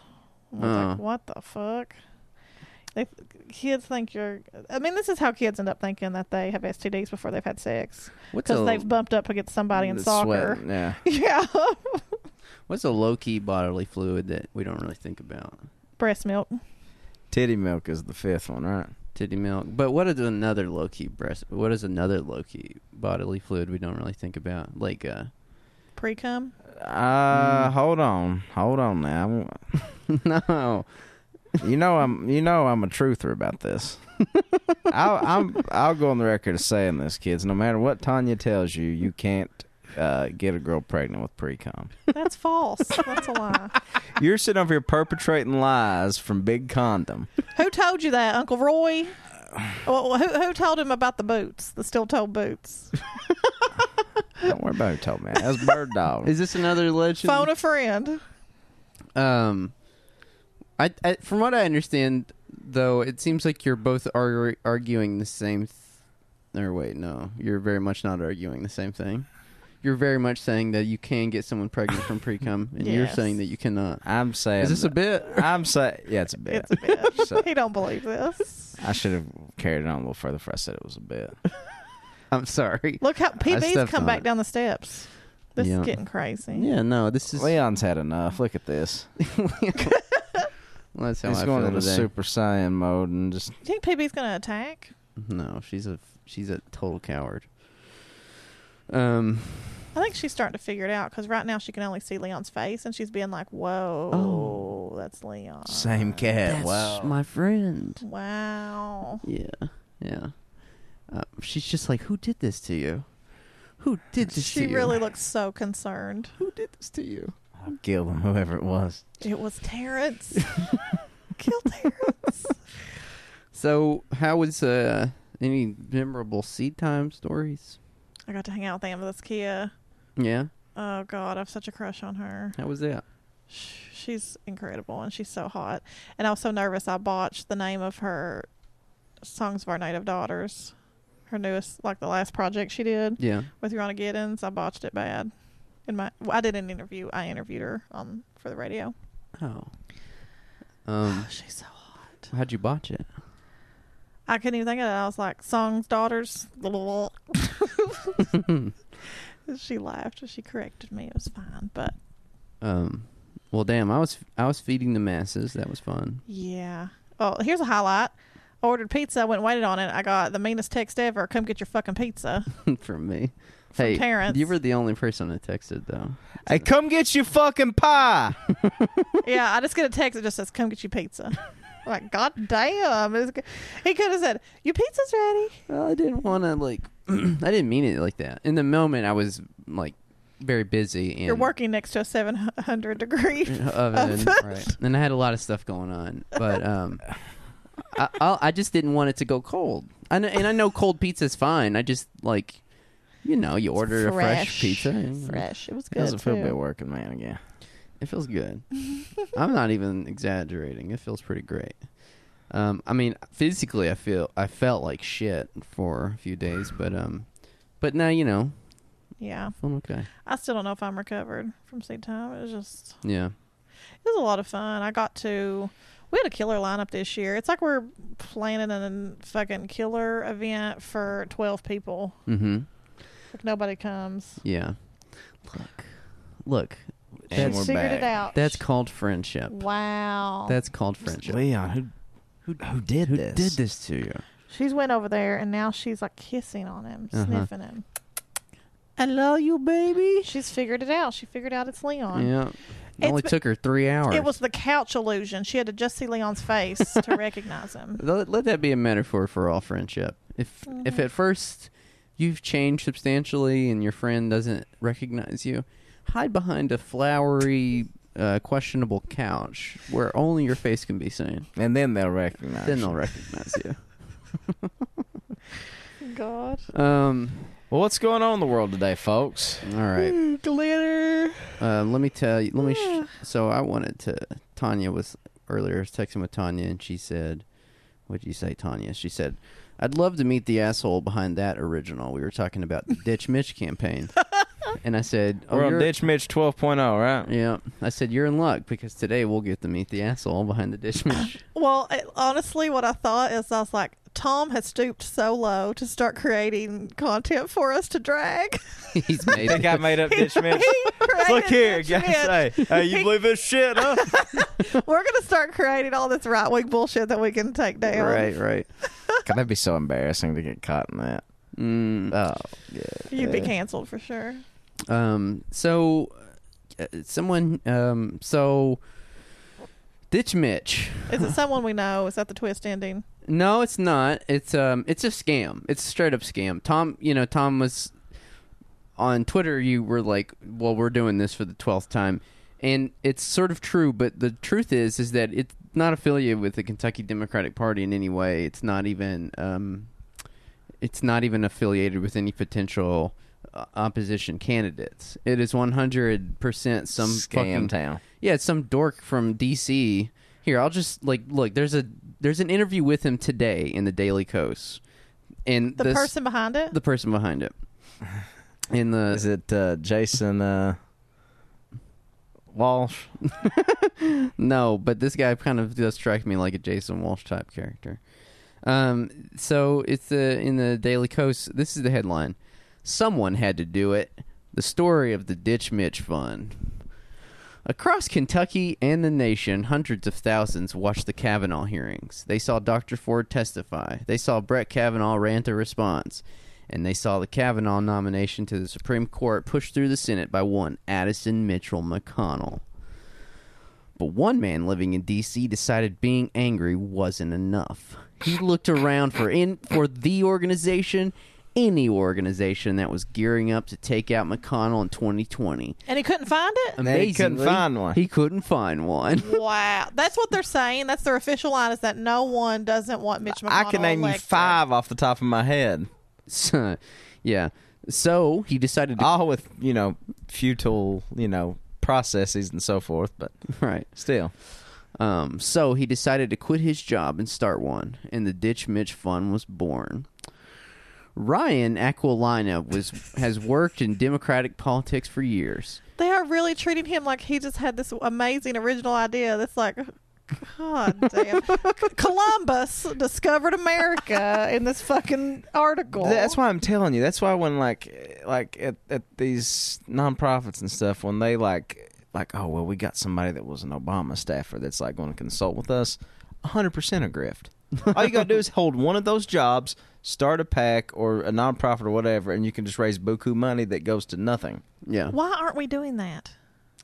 B: And it's
A: Uh-huh.
C: Uh.
B: like what the fuck? They, kids think you're. I mean, this is how kids end up thinking that they have STDs before they've had sex
C: What's
B: because
C: a
B: they've bumped up against somebody in
A: The
B: soccer.
A: sweat, Yeah.
B: Yeah,
C: what's a low key bodily fluid that we don't really think about?
B: breast milk.
A: Titty milk is the fifth one, right?
C: Titty milk. But what is another low key breast? What is another low key bodily fluid we don't really think about? Like uh,
B: Pre cum.
A: Uh,
C: Mm.
A: hold on, hold on now.
C: no.
A: You know I'm, you know I'm a truther about this. I'll, I'm, I'll go on the record of saying this, kids. No matter what Tanya tells you, you can't uh, get a girl pregnant with pre-com.
B: That's false. That's a lie.
A: You're sitting over here perpetrating lies from Big Condom.
B: Who told you that, Uncle Roy? Well, who who told him about the boots, the steel toe boots?
A: Don't worry about who told me. that. That's Bird Dog.
C: Is this another legend?
B: Phone a friend.
C: Um, I, I from what I understand, though, it seems like you're both argu- arguing the same. Th- or wait, no, you're very much not arguing the same thing. You're very much saying that you can get someone pregnant from pre cum, and you're
B: Yes.
C: saying that you cannot.
A: I'm saying
C: Is this a bit?
A: I'm saying yeah, it's a bit.
B: It's a bitch.
A: So-
B: he don't believe this.
A: I should have carried it on a little further. Before I said it was a bit.
C: I'm sorry.
B: Look how PB's
C: stepped
B: come
C: on
B: back
C: it.
B: down the steps. This
C: Yeah.
B: is getting crazy.
C: Yeah, no, this is.
A: Leon's had enough. Look at this.
C: Well, that's how
A: He's
C: I
A: going
C: feel
A: into
C: today.
A: Super Saiyan mode and just
B: Do you think PB's gonna attack?
C: No, she's a she's a total coward. Um.
B: I think she's starting to figure it out because right now she can only see Leon's face and she's being like, "Whoa,
C: Oh.
B: that's Leon."
A: same cat.
C: that's
A: Wow.
C: my friend.
B: Wow.
C: Yeah, yeah. Uh, she's just like, who did this to you? Who did this
B: She
C: to you?
B: really looks so concerned.
C: Who did this to you?
A: I'll kill him, whoever it was.
B: It was Terrence. Kill Terrence.
C: So, how was uh any memorable seed time stories?
B: I got to hang out with Amber this Kia.
C: Yeah,
B: Oh God, I've such a crush on her.
C: how was that?
B: Sh- She's incredible and she's so hot. And I was so nervous I botched the name of her songs of our native daughters. Her newest, like the last project she did
C: Yeah,
B: with Ronna Giddens, I botched it bad. In my, well, I did an interview. I interviewed her um for the radio.
C: oh. Um,
B: Oh, she's so hot.
C: how'd you botch it?
B: I couldn't even think of it. I was like, "Songs, daughters." she laughed. She corrected me. It was fine, but
C: Um, well, damn, I was I was feeding the masses. That was fun.
B: yeah. Oh, here's a highlight. I ordered pizza. Went and waited on it. I got the meanest text ever. Come get your fucking pizza.
C: From me. Hey,
B: Terrence.
C: you were the only person that texted though.
A: Hey, come get your fucking pie.
B: yeah, I just get a text that just says, "Come get your pizza." I'm like, God damn! It's g- He could have said, "Your pizza's ready."
C: Well, I didn't want to like. I didn't mean it like that. In the moment, I was like very busy. And
B: You're working next to a 700 degree.
C: oven, right? And I had a lot of stuff going on, but um, I, I, I just didn't want it to go cold. I know, and I know cold pizza's fine. I just like, you know, you order a fresh pizza. and
B: Fresh. It was good.
A: Doesn't feel
B: too.
A: good working man again.
C: It feels good. I'm not even exaggerating. It feels pretty great. Um, I mean, physically, I feel I felt like shit for a few days, but um, but now you know,
B: Yeah.
C: feeling okay.
B: I still don't know if I'm recovered from seed time. It was just,
C: Yeah,
B: it was a lot of fun. I got to, we had a killer lineup this year. It's like we're planning a fucking killer event for 12 people.
C: mm-hmm.
B: Like nobody comes.
C: Yeah, look, look,
A: And
B: She
A: we're
C: that's
B: figured
A: back.
B: it out.
C: that's called friendship.
B: wow.
C: That's called friendship.
A: Leon, who who who did
C: Who
A: this?
C: did this to you?
B: She's went over there and now she's like kissing on him,
C: Uh-huh.
B: sniffing him.
C: I love you, baby.
B: She's figured it out. She figured out it's Leon.
C: Yeah, it
B: It's
C: only
B: be-
C: took her three hours.
B: It was the couch illusion. She had to just see Leon's face to recognize him.
C: Let, let that be a metaphor for all friendship. If if at first you've changed substantially and your friend doesn't recognize you, hide behind a flowery, uh, questionable couch where only your face can be seen.
A: And then they'll recognize.
C: Then
A: you.
C: they'll recognize you.
B: God.
C: Um.
A: Well, what's going on in the world today, folks?
C: All right.
B: Glitter.
C: Uh, let me tell you. Let me. Sh- so I wanted to. Tanya was earlier I was texting with Tanya, and she said, "What'd you say, Tanya?" She said, "I'd love to meet the asshole behind that original." We were talking about the Ditch Mitch campaign, and I said, oh,
A: We're on
C: you're-
A: Ditch Mitch 12.0, right?
C: Yeah, I said you're in luck because today we'll get to meet the asshole behind the Ditch Mitch.
B: Well, it, honestly, what I thought is I was like, Tom has stooped so low to start creating content for us to drag.
C: He's
A: I
C: made.
A: think I made up Ditch Mitch. Look here, guys. Hey, hey, you believe this shit, huh?
B: We're going to start creating all this right wing bullshit that we can take down.
C: Right, right.
A: God, that'd be so embarrassing to get caught in that.
C: Mm,
A: Oh,
B: You'd be canceled for sure.
C: Um. So, uh, someone. Um. So, Ditch Mitch.
B: Is it someone we know? Is that the twist ending?
C: No, it's not. It's um, it's a scam. It's a straight up scam. Tom, you know, Tom was on Twitter. You were like, "Well, we're doing this for the twelfth time," and it's sort of true. But the truth is, is that it's not affiliated with the Kentucky Democratic Party in any way. It's not even um, it's not even affiliated with any potential uh, opposition candidates. It is one hundred percent some
A: scam
C: fucking
A: town.
C: yeah, it's some dork from DC. Here, I'll just like look. There's a there's an interview with him today in the Daily Coast, and
B: The
C: this-
B: person behind it?
C: the person behind it, in the
A: Is it uh, Jason uh, Walsh?
C: no, but this guy kind of does strike me like a Jason Walsh type character. Um, so it's the in the Daily Coast. This is the headline: Someone had to do it. The story of the Ditch Mitch Fund. Across Kentucky and the nation, hundreds of thousands watched the Kavanaugh hearings. They saw Dr. Ford testify. They saw Brett Kavanaugh rant a response. And they saw the Kavanaugh nomination to the Supreme Court pushed through the Senate by one Addison Mitchell McConnell. But one man living in D.C. decided being angry wasn't enough. He looked around for in for the organization, any organization that was gearing up to take out McConnell in 2020.
B: and he couldn't find it?
A: Man, he couldn't
C: Amazingly,
A: find one.
C: He couldn't find one.
B: wow. That's what they're saying. That's their official line is that no one doesn't want Mitch McConnell.
A: I can name you
B: elected.
A: five off the top of my head,
C: So, yeah. So he decided to.
A: all with you know futile you know processes and so forth. But
C: Right.
A: still,
C: Um, so he decided to quit his job and start one, and the Ditch Mitch Fund was born. Ryan Aquilina was has worked in Democratic politics for years.
B: They are really treating him like he just had this amazing original idea that's like, God damn. Columbus discovered America in this fucking article.
A: that's why I'm telling you. That's why when like like at, at these nonprofits and stuff, when they like like oh well, we got somebody that was an Obama staffer that's like going to consult with us, 100 percent a grift. all you gotta do is hold one of those jobs, start a pack or a nonprofit or whatever, and you can just raise buku money that goes to nothing.
C: Yeah.
B: Why aren't we doing that?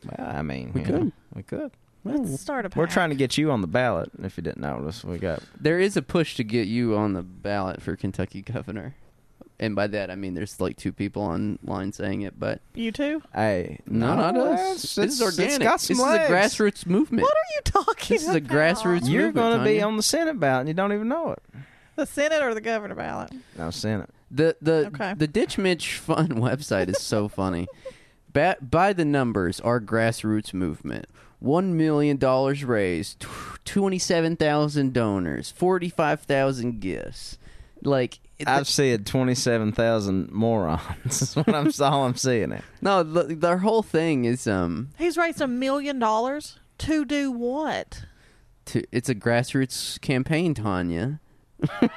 A: Well, I mean,
C: We
A: you know,
C: could.
A: we could.
B: Let's start a
A: We're trying to get you on the ballot. If you didn't notice, we got
C: There is a push to get you on the ballot for Kentucky governor and by that I mean there's like two people online saying it, but
B: You too?
A: Hey,
C: no,
A: no,
C: not us.
A: that's-
C: this is
A: it's- it's
C: organic.
A: got some
C: this
A: legs.
C: is a grassroots movement.
B: What are you talking
C: This is a
B: about?
C: grassroots-
A: You're
C: movement,
A: going to be
C: Tanya.
A: on the Senate ballot and you don't even know it.
B: The Senate or the governor ballot?
A: No, Senate.
C: The the
B: Okay.
C: the Ditch Mitch Fun website is so funny. Ba- by the numbers, our grassroots movement: one million dollars raised, twenty-seven thousand donors, forty-five thousand gifts. Like it-
A: I've said 27,000 morons. That's what I'm, that's all I'm seeing it.
C: no, the, their whole thing is um,
B: He's raised a million dollars to do what?
C: to, it's a grassroots campaign, Tanya.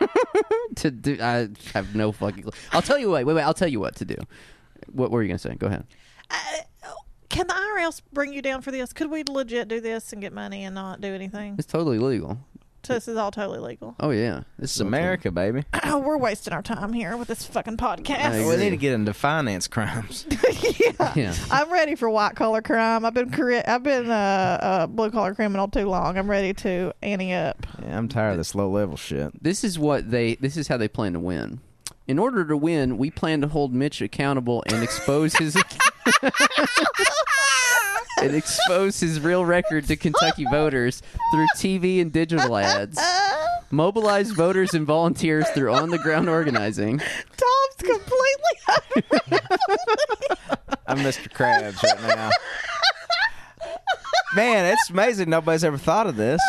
C: to do, I have no fucking. Clue. I'll tell you what. Wait, wait. I'll tell you what to do. What were you gonna say? Go ahead.
B: Uh, can the IRS bring you down for this? Could we legit do this and get money and not do anything?
C: It's totally legal.
B: This is all totally legal.
C: Oh yeah,
A: This is America, baby.
B: We're wasting our time here with this fucking
C: I
A: We
B: podcast.
C: agree.
A: need to get into finance crimes.
B: yeah.
C: Yeah.
B: I'm ready for white collar crime. I've been cri- I've been a uh, uh, blue collar criminal too long. I'm ready to ante up.
A: Yeah, I'm tired of this low level shit.
C: This is what they. This is how they plan to win. In order to win, we plan to hold Mitch accountable and expose his and expose his real record to Kentucky voters through TV and digital ads.
B: Uh,
C: Mobilize voters and volunteers through on the ground organizing.
B: Tom's completely out of
A: I'm Mr. Krabs right now. Man, it's amazing nobody's ever thought of this.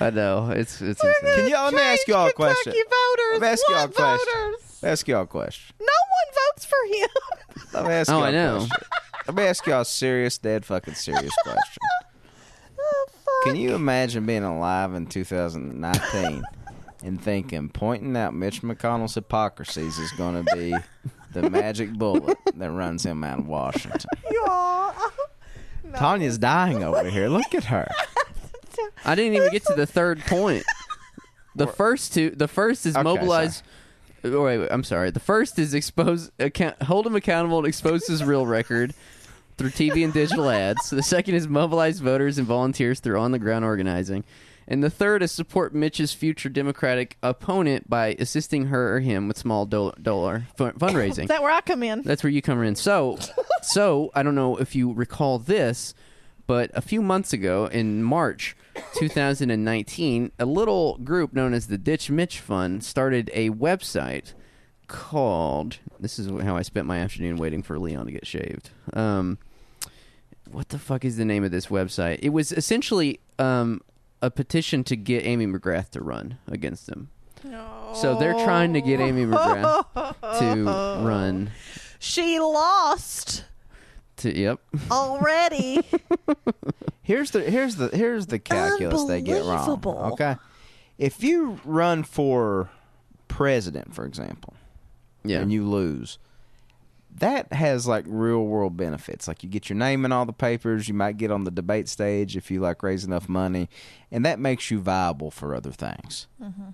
C: I know it's it's insane.
A: Can you let me ask you all a
B: Kentucky
A: question?
B: voters.
A: Let me ask you all a
B: What
A: question.
B: voters?
A: Let me ask you all a question.
B: No one votes for him.
A: Let me ask
C: Oh,
A: y'all
C: I
A: a
C: know.
A: question. Let me ask y'all a serious, dead fucking serious question.
B: oh, fuck.
A: Can you imagine being alive in 2019 and thinking pointing out Mitch McConnell's hypocrisies is going to be the magic bullet that runs him out of Washington?
B: Y'all. No.
A: Tanya's dying over here. Look at her.
C: I didn't even get to the third point. The first two. The first is
A: Okay,
C: mobilize. Wait, wait, I'm sorry. The first is expose, account, hold him accountable, and expose his real record through TV and digital ads. The second is mobilize voters and volunteers through on the ground organizing, and the third is support Mitch's future Democratic opponent by assisting her or him with small do- dollar fun- fundraising.
B: Is that where I come in?
C: That's where you come in. So, so I don't know if you recall this, but a few months ago in March 2019, a little group known as the Ditch Mitch Fund started a website called. This is how I spent my afternoon waiting for Leon to get shaved. Um, what the fuck is the name of this website? It was essentially um, a petition to get Amy McGrath to run against him. So they're trying to get Amy McGrath to run
B: She lost
C: to yep.
B: already.
A: Here's the here's the here's the calculus they get wrong.
B: Unbelievable.
A: Okay, if you run for president, for example,
C: Yeah.
A: and you lose, that has like real world benefits. Like you get your name in all the papers. You might get on the debate stage if you like raise enough money, and that makes you viable for other things.
B: Mm-hmm.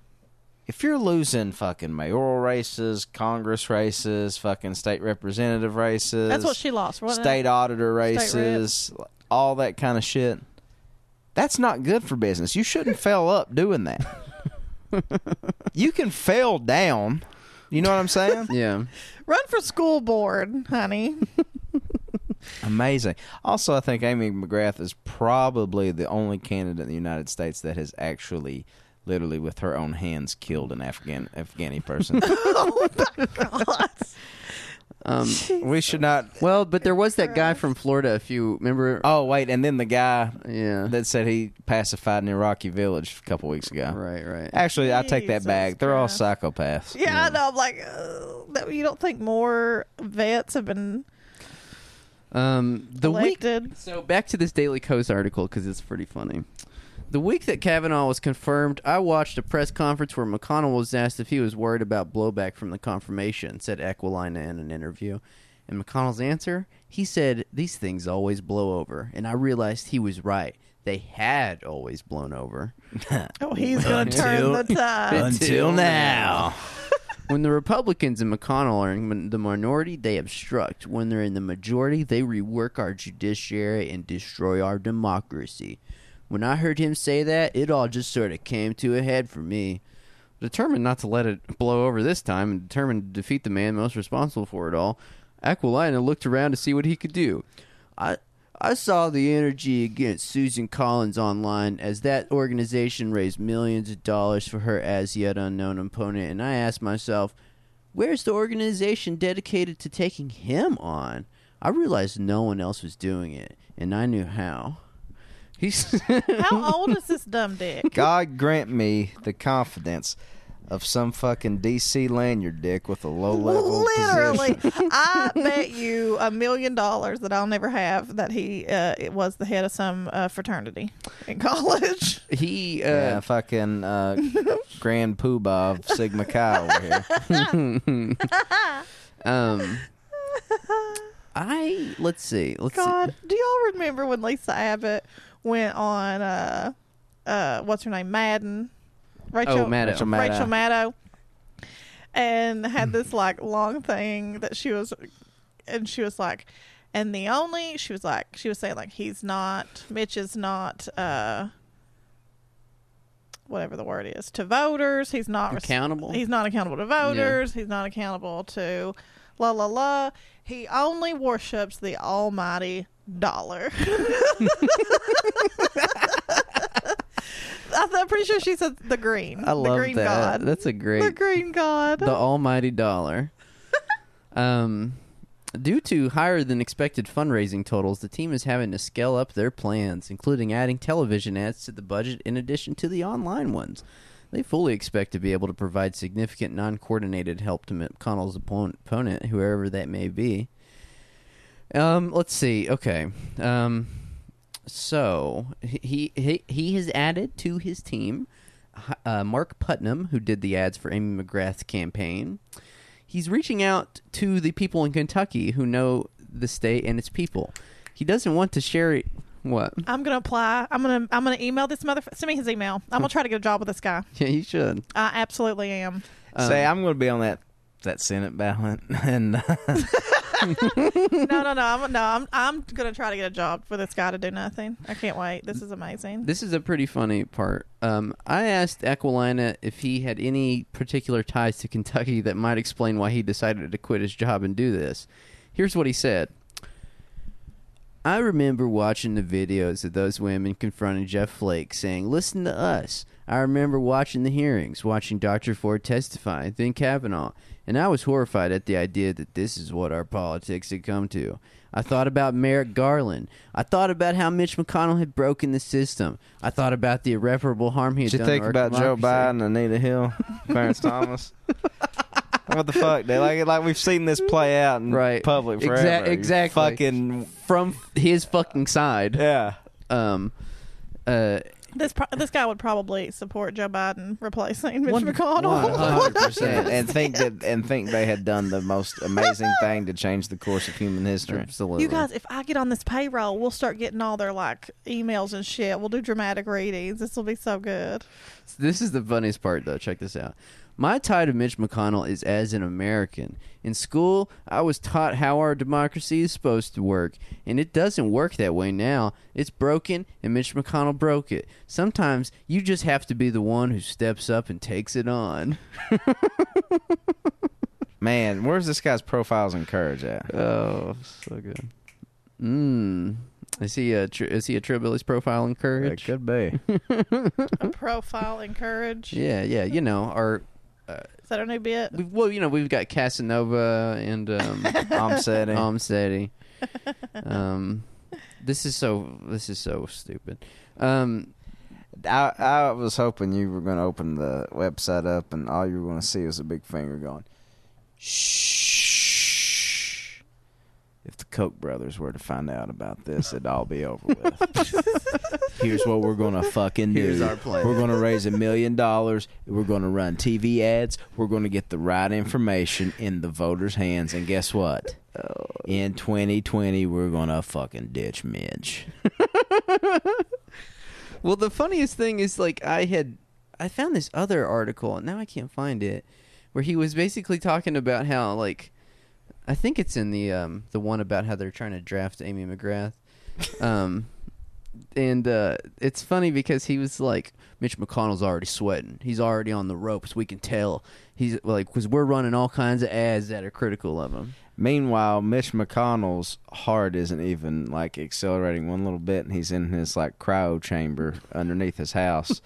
A: If you're losing fucking mayoral races, Congress races, fucking state representative races,
B: That's what she lost. wasn't it?
A: state auditor
B: State rep.
A: races, all that kind of shit. That's not good for business. You shouldn't fail up doing that. you can fail down. You know what I'm saying?
C: yeah.
B: Run for school board, honey.
A: Amazing. Also, I think Amy McGrath is probably the only candidate in the United States that has actually, literally, with her own hands, killed an Afghan Afghani person.
B: Oh
C: Um,
A: we should not.
C: well, but there was that guy from Florida. If you remember,
A: Oh wait, and then the guy
C: yeah,
A: that said he pacified an Iraqi village a couple weeks ago.
C: right, right.
A: Actually, I take that
B: Jesus
A: back. They're all
B: Christ.
A: psychopaths.
B: yeah, I know. I'm like, uh, that- you don't think more vets have been
C: Um, the week.
B: elected?
C: So back to this Daily Coast article because it's pretty funny. The week that Kavanaugh was confirmed, I watched a press conference where McConnell was asked if he was worried about blowback from the confirmation, said Aquilina in an interview. And McConnell's answer, he said, These things always blow over. And I realized he was right. They had always blown over.
B: Oh, he's going to turn
A: Until-
B: the tide.
A: Until now.
C: When the Republicans and McConnell are in min- the minority, they obstruct. When they're in the majority, they rework our judiciary and destroy our democracy. When I heard him say that, it all just sort of came to a head for me. Determined not to let it blow over this time and determined to defeat the man most responsible for it all, Aquilina looked around to see what he could do. I I saw the energy against Susan Collins online as that organization raised millions of dollars for her as yet unknown opponent, and I asked myself, where's the organization dedicated to taking him on? I realized no one else was doing it, and I knew how. He's
B: How old is this dumb dick?
A: God grant me the confidence of some fucking DC lanyard dick with a low level.
B: Literally,
A: position.
B: I bet you a million dollars that I'll never have that he uh, it was the head of some uh, fraternity in college.
C: he uh,
A: Yeah, fucking uh, Grand Poobah of Sigma Chi over here.
C: um I let's see. Let's
B: God,
C: see.
B: do y'all remember when Lisa Abbott went on uh uh what's her name Madden, Rachel
C: Oh, Maddow.
A: Rachel Maddow.
B: Rachel Maddow, and had this like long thing that she was, and she was like, and the only she was like she was saying like he's not Mitch is not uh whatever the word is to voters he's not res-
C: Accountable?
B: he's not accountable to voters he's not accountable to la la la he only worships the almighty dollar. I'm pretty sure she said the green.
C: I love
B: the green
C: that.
B: god.
C: That's a
B: the
C: great
B: green god.
C: the almighty dollar. um, due to higher than expected fundraising totals, the team is having to scale up their plans, including adding television ads to the budget in addition to the online ones. They fully expect to be able to provide significant non coordinated help to McConnell's oppo- opponent, whoever that may be. Um, let's see. Okay. Um, so he he he has added to his team uh, Mark Putnam, who did the ads for Amy McGrath's campaign. He's reaching out to the people in Kentucky who know the state and its people. He doesn't want to share it. What?
B: I'm gonna apply. I'm gonna I'm gonna email this motherfucker. Send me his email. I'm gonna try to get a job with this guy.
C: Yeah, you should. Um,
B: I absolutely am.
A: Say, I'm going to be on that that Senate ballot, and uh,
B: No, no, no. I'm no. I'm I'm gonna try to get a job for this guy to do nothing. I can't wait. This is amazing.
C: This is a pretty funny part. Um, I asked Aquilina if he had any particular ties to Kentucky that might explain why he decided to quit his job and do this. Here's what he said. I remember watching the videos of those women confronting Jeff Flake saying, Listen to us. I remember watching the hearings, watching Dr. Ford testify, then Kavanaugh, and I was horrified at the idea that this is what our politics had come to. I thought about Merrick Garland. I thought about how Mitch McConnell had broken the system. I thought about the irreparable harm he had
A: did you
C: done to
A: think
C: our
A: about Joe
C: democracy.
A: Biden, Anita Hill, Clarence Thomas? What the fuck? They like like we've seen this play out in
C: Right.
A: public
C: Exa-
A: forever. You
C: exactly.
A: Fucking
C: From his fucking side.
A: yeah.
C: Um, uh,
B: This pro- this guy would probably support Joe Biden replacing Mitch
C: One-
B: McConnell.
C: 100%.
A: and, and think that and think they had done the most amazing thing to change the course of human history.
C: absolutely.
B: You guys, if I get on this payroll, we'll start getting all their like emails and shit. We'll do dramatic readings. This will be so good.
C: This is the funniest part, though. Check this out. My tie to Mitch McConnell is as an American. In school, I was taught how our democracy is supposed to work, and it doesn't work that way now. It's broken, and Mitch McConnell broke it. Sometimes you just have to be the one who steps up and takes it on.
A: Man, where's this guy's profiles and courage at?
C: Oh, so good. Mmm. Is he a tr- is he a Tribilis profile in
A: It
C: courage?
A: could be.
B: A profile encourage.
C: Yeah, yeah. You know, our
B: Is that our new bit?
C: we've, well, you know, we've got Casanova and um,
A: I'm setting.
C: Om City. Um, this is so this is so stupid. Um,
A: I, I was hoping you were going to open the website up and all you were going to see was a big finger going, shh. If the Koch brothers were to find out about this, it'd all be over with. Here's what we're going to fucking do.
C: Here's our plan.
A: We're going to raise a million dollars. We're going to run TV ads. We're going to get the right information in the voters' hands. And guess what?
C: Oh.
A: In 2020, we're going to fucking ditch Mitch.
C: well, the funniest thing is like I had I found this other article and now I can't find it, where he was basically talking about how like I think it's in the um the one about how they're trying to draft Amy McGrath. Um, and uh, it's funny because he was like, Mitch McConnell's already sweating. He's already on the ropes. We can tell. He's like, because we're running all kinds of ads that are critical of him.
A: Meanwhile, Mitch McConnell's heart isn't even like accelerating one little bit, and he's in his like cryo chamber underneath his house,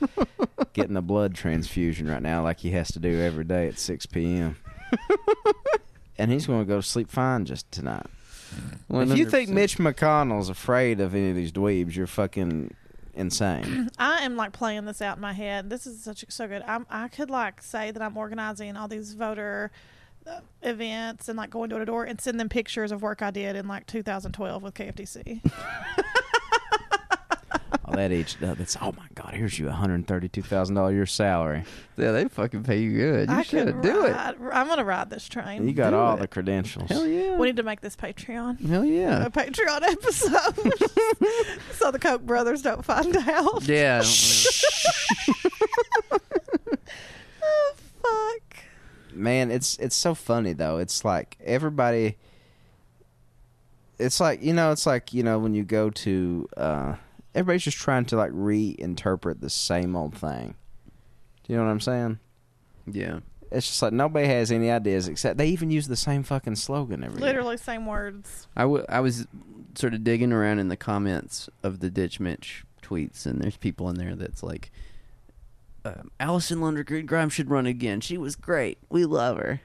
A: getting a blood transfusion right now, like he has to do every day at six p.m. and he's going to go to sleep fine just tonight. If you think
C: 100%.
A: Mitch McConnell's afraid of any of these dweebs, you're fucking insane.
B: I am like playing this out in my head. This is such so good. I'm, I could like say that I'm organizing all these voter uh, events and like going door to door and send them pictures of work I did in like 2012 with KFTC.
A: All that each that's oh my god, here's you $132,000 year salary.
C: Yeah, they fucking pay you good. You
B: I
C: should
B: could
C: do it.
B: ride- I'm gonna ride this train.
A: You got
C: Do
A: all
C: it.
A: the credentials.
C: Hell yeah.
B: we need to make this Patreon
C: Hell yeah.
B: a Patreon episode, so the Koch brothers don't find out.
C: Yeah.
B: Oh, fuck.
A: man it's it's so funny though it's like everybody it's like you know it's like you know when you go to uh everybody's just trying to like reinterpret the same old thing do you know what i'm saying
C: yeah.
A: it's just like nobody has any ideas except they even use the same fucking slogan every year.
B: Literally same words.
C: I, w- I was sort of digging around in the comments of the Ditch Mitch tweets, and there's people in there that's like, um, Allison Lundgren Grime should run again. She was great. We love her.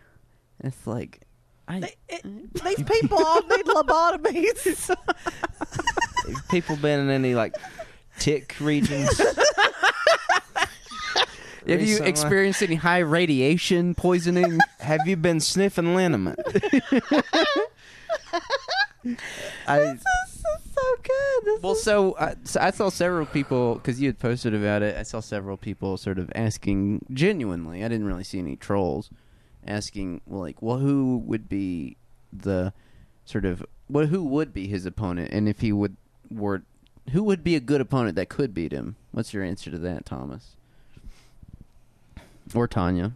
C: It's like, I,
B: They, it, these people all need lobotomies.
A: Have people been in any like tick regions
C: have you
B: uh,
A: Recently-
C: experienced any high radiation poisoning?
A: have you been sniffing liniment I,
B: this is so good. This
C: well,
B: is
C: so I, so I saw several people because you had posted about it. I saw several people sort of asking genuinely. I didn't really see any trolls asking, well, like, well, who would be the sort of what? Who would be his opponent, and if he would were who would be a good opponent that could beat him? What's your answer to that, Thomas or Tanya?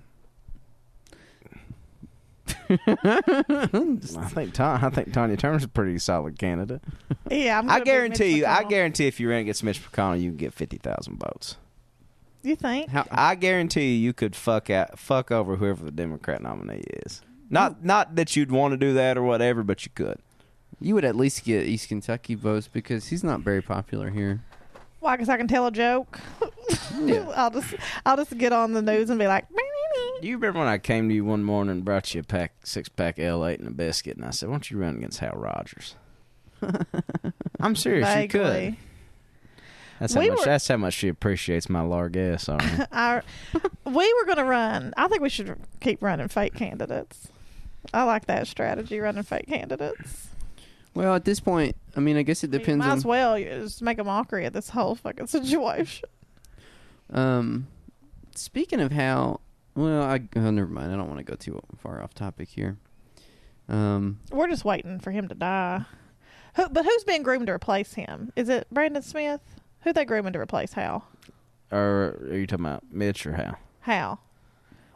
A: I think Ton- I think Tanya Turner's a pretty solid candidate.
B: yeah. I'm
A: I
B: gonna beat Mitch
A: guarantee you. I
B: McConnell.
A: guarantee if you ran against Mitch McConnell, you can get fifty thousand votes.
B: You think?
C: How,
A: I guarantee you, you could fuck out, fuck over whoever the Democrat nominee is. Not not that you'd want to do that or whatever, but you could.
C: you would at least get East Kentucky votes because he's not very popular here.
B: Why? Because I can tell a joke.
C: Yeah.
B: I'll just I'll just get on the news and be like, "Meep, meep, meep."
A: Do you remember when I came to you one morning and brought you a pack six pack L eight and a biscuit, and I said, "Why don't you run against Hal Rogers?" I'm serious. You
B: Vaguely.
A: could. That's how
B: We
A: much.
B: were-
A: That's how much she appreciates my largesse. on her.
B: I, we were gonna run. I think we should keep running fake candidates. I like that strategy, running fake candidates.
C: Well, at this point, I mean, I guess it
B: I mean,
C: depends
B: might
C: on.
B: as well you just make a mockery of this whole fucking situation.
C: Um, speaking of how, well, I oh, never mind. I don't want to go too far off topic here. Um,
B: We're just waiting for him to die. Who, but who's being groomed to replace him? Is it Brandon Smith? Who they grooming to replace? Hal?
A: or are you talking about Mitch or Hal?
B: Hal.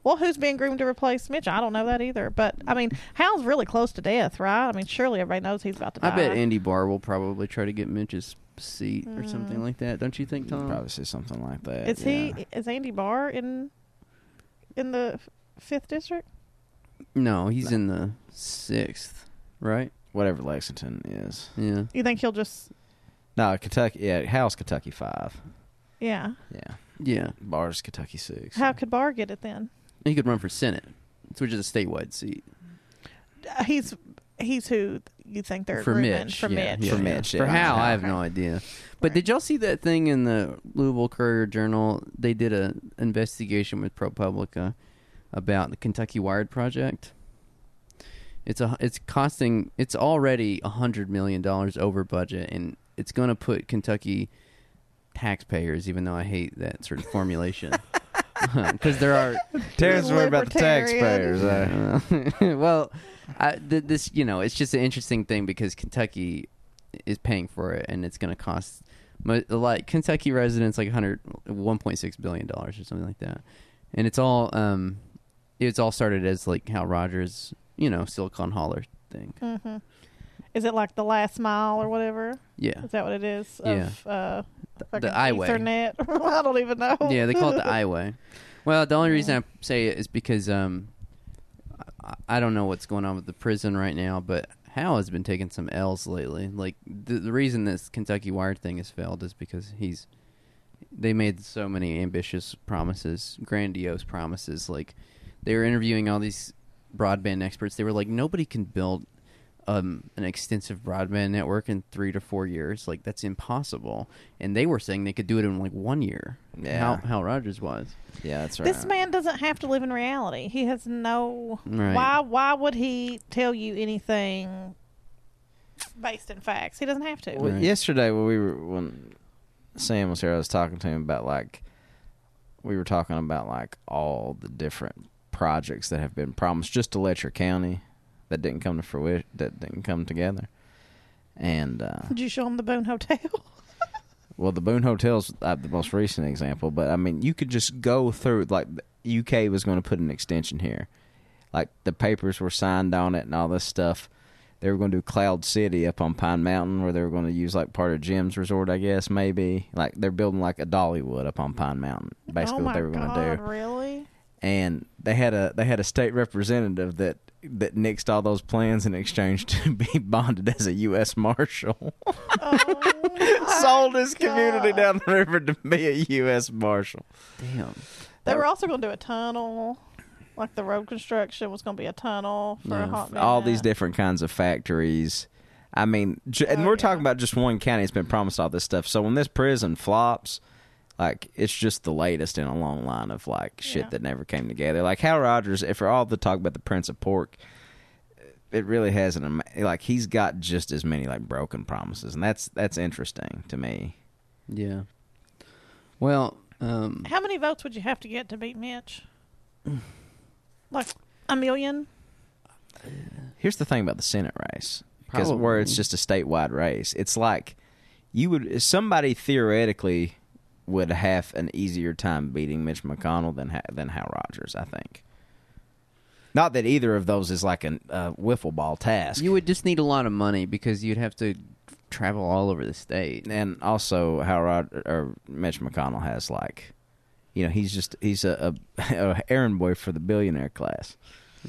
B: Well, who's being groomed to replace Mitch? I don't know that either. But I mean, Hal's really close to death, right? I mean, surely everybody knows he's about to die.
C: I bet Andy Barr will probably try to get Mitch's seat or something
B: Mm.
C: like that. Don't you think,
A: You could
C: Tom?
A: probably say something like that.
B: Is
A: yeah.
B: he? Is Andy Barr in in the f- fifth district?
C: No, he's in the sixth, right?
A: whatever Lexington is?
C: Yeah.
B: You think he'll just?
A: No, Kentucky. Yeah, Hal's Kentucky five.
B: Yeah.
A: Yeah,
C: Yeah.
A: Barr's Kentucky six.
B: How could Barr get it then?
C: He could run for Senate, which is a statewide seat.
B: Uh, He's he's who you think they're
C: for
B: grooming
C: Mitch.
B: for
C: yeah,
B: Mitch.
C: yeah,
A: For
C: yeah.
A: Mitch,
C: For
A: yeah.
C: Hal, I have
B: Okay.
C: no idea. But
B: Right.
C: did y'all see that thing in the Louisville Courier Journal? They did a investigation with ProPublica about the Kentucky Wired project. It's a it's costing it's already a hundred million dollars over budget, and it's going to put Kentucky taxpayers. Even though I hate that sort of formulation, because there are
A: Terrence worried about the
B: Libertarian.
A: taxpayers. uh,
C: yeah, well, well, I, th- this you know, it's just an interesting thing because Kentucky is paying for it, and it's going to cost mo- like Kentucky residents like 100 1.6 billion dollars or something like that, and it's all um, it's all started as like Hal Rogers, you know, Silicon Holler thing.
B: Mm-hmm. Is it like the last mile or whatever?
C: Yeah.
B: Is that what it is? Of, uh,
C: The,
B: fucking
C: the I way.
B: Ethernet. I don't even know.
C: Yeah, they call it the I way. Well, the only reason I say it is because um, I, I don't know what's going on with the prison right now, but Hal has been taking some L's lately. Like the, the reason this Kentucky Wired thing has failed is because he's they made so many ambitious promises, grandiose promises. Like they were interviewing all these broadband experts. They were like, nobody can build um, an extensive broadband network in three to four years. Like that's impossible. And they were saying they could do it in like one year.
A: Yeah.
C: Hal, Hal Rogers was.
A: Yeah, that's right.
B: This man doesn't have to live in reality. He has no.
C: Right.
B: Why? Why would he tell you anything based in facts? He doesn't have to.
A: Well,
C: Right.
A: Yesterday, when we were when Sam was here, I was talking to him about like we were talking about like all the different projects that have been promised just to Letcher County that didn't come to fruition, that didn't come together, and uh,
B: Did you show him the Boone Hotel?
A: well, the Boone Hotel's uh, the most recent example, but I mean, you could just go through like the UK was going to put an extension here, like the papers were signed on it and all this stuff. They were going to do Cloud City up on Pine Mountain, where they were going to use like part of Jim's resort, I guess maybe. Like they're building like a Dollywood up on Pine Mountain, basically
B: oh my
A: what they were
B: God,
A: going to do.
B: Really?
A: And they had a they had a state representative that that nixed all those plans in exchange to be bonded as a U.S. Marshal
B: Oh,
A: sold his community
B: God.
A: down the river to be a U.S. Marshal.
C: Damn.
B: they were also going to do a tunnel. Like the road construction was going to be a tunnel for
C: Yeah.
B: a hot minute.
A: All these different kinds of factories. I mean, j- and
B: Oh,
A: we're
B: yeah.
A: talking about just one county that's been promised all this stuff. So when this prison flops, like it's just the latest in a long line of like shit
B: Yeah.
A: that never came together. Like Hal Rogers, if for all the talk about the Prince of Pork, it really hasn't. ama- Like he's got just as many like broken promises, and that's that's interesting to me.
C: Yeah. Well, um,
B: How many votes would you have to get to beat Mitch? like a million?
A: Here's the thing about the Senate race, because
C: Probably.
A: where it's just a statewide race, it's like you would somebody theoretically would have an easier time beating Mitch McConnell than Ha- than Hal Rogers. I think. Not that either of those is like a uh, wiffle ball task.
C: you would just need a lot of money because you'd have to travel all over the state.
A: and also Hal Rod or Mitch McConnell has like, you know, he's just he's a, a, a errand boy for the billionaire class.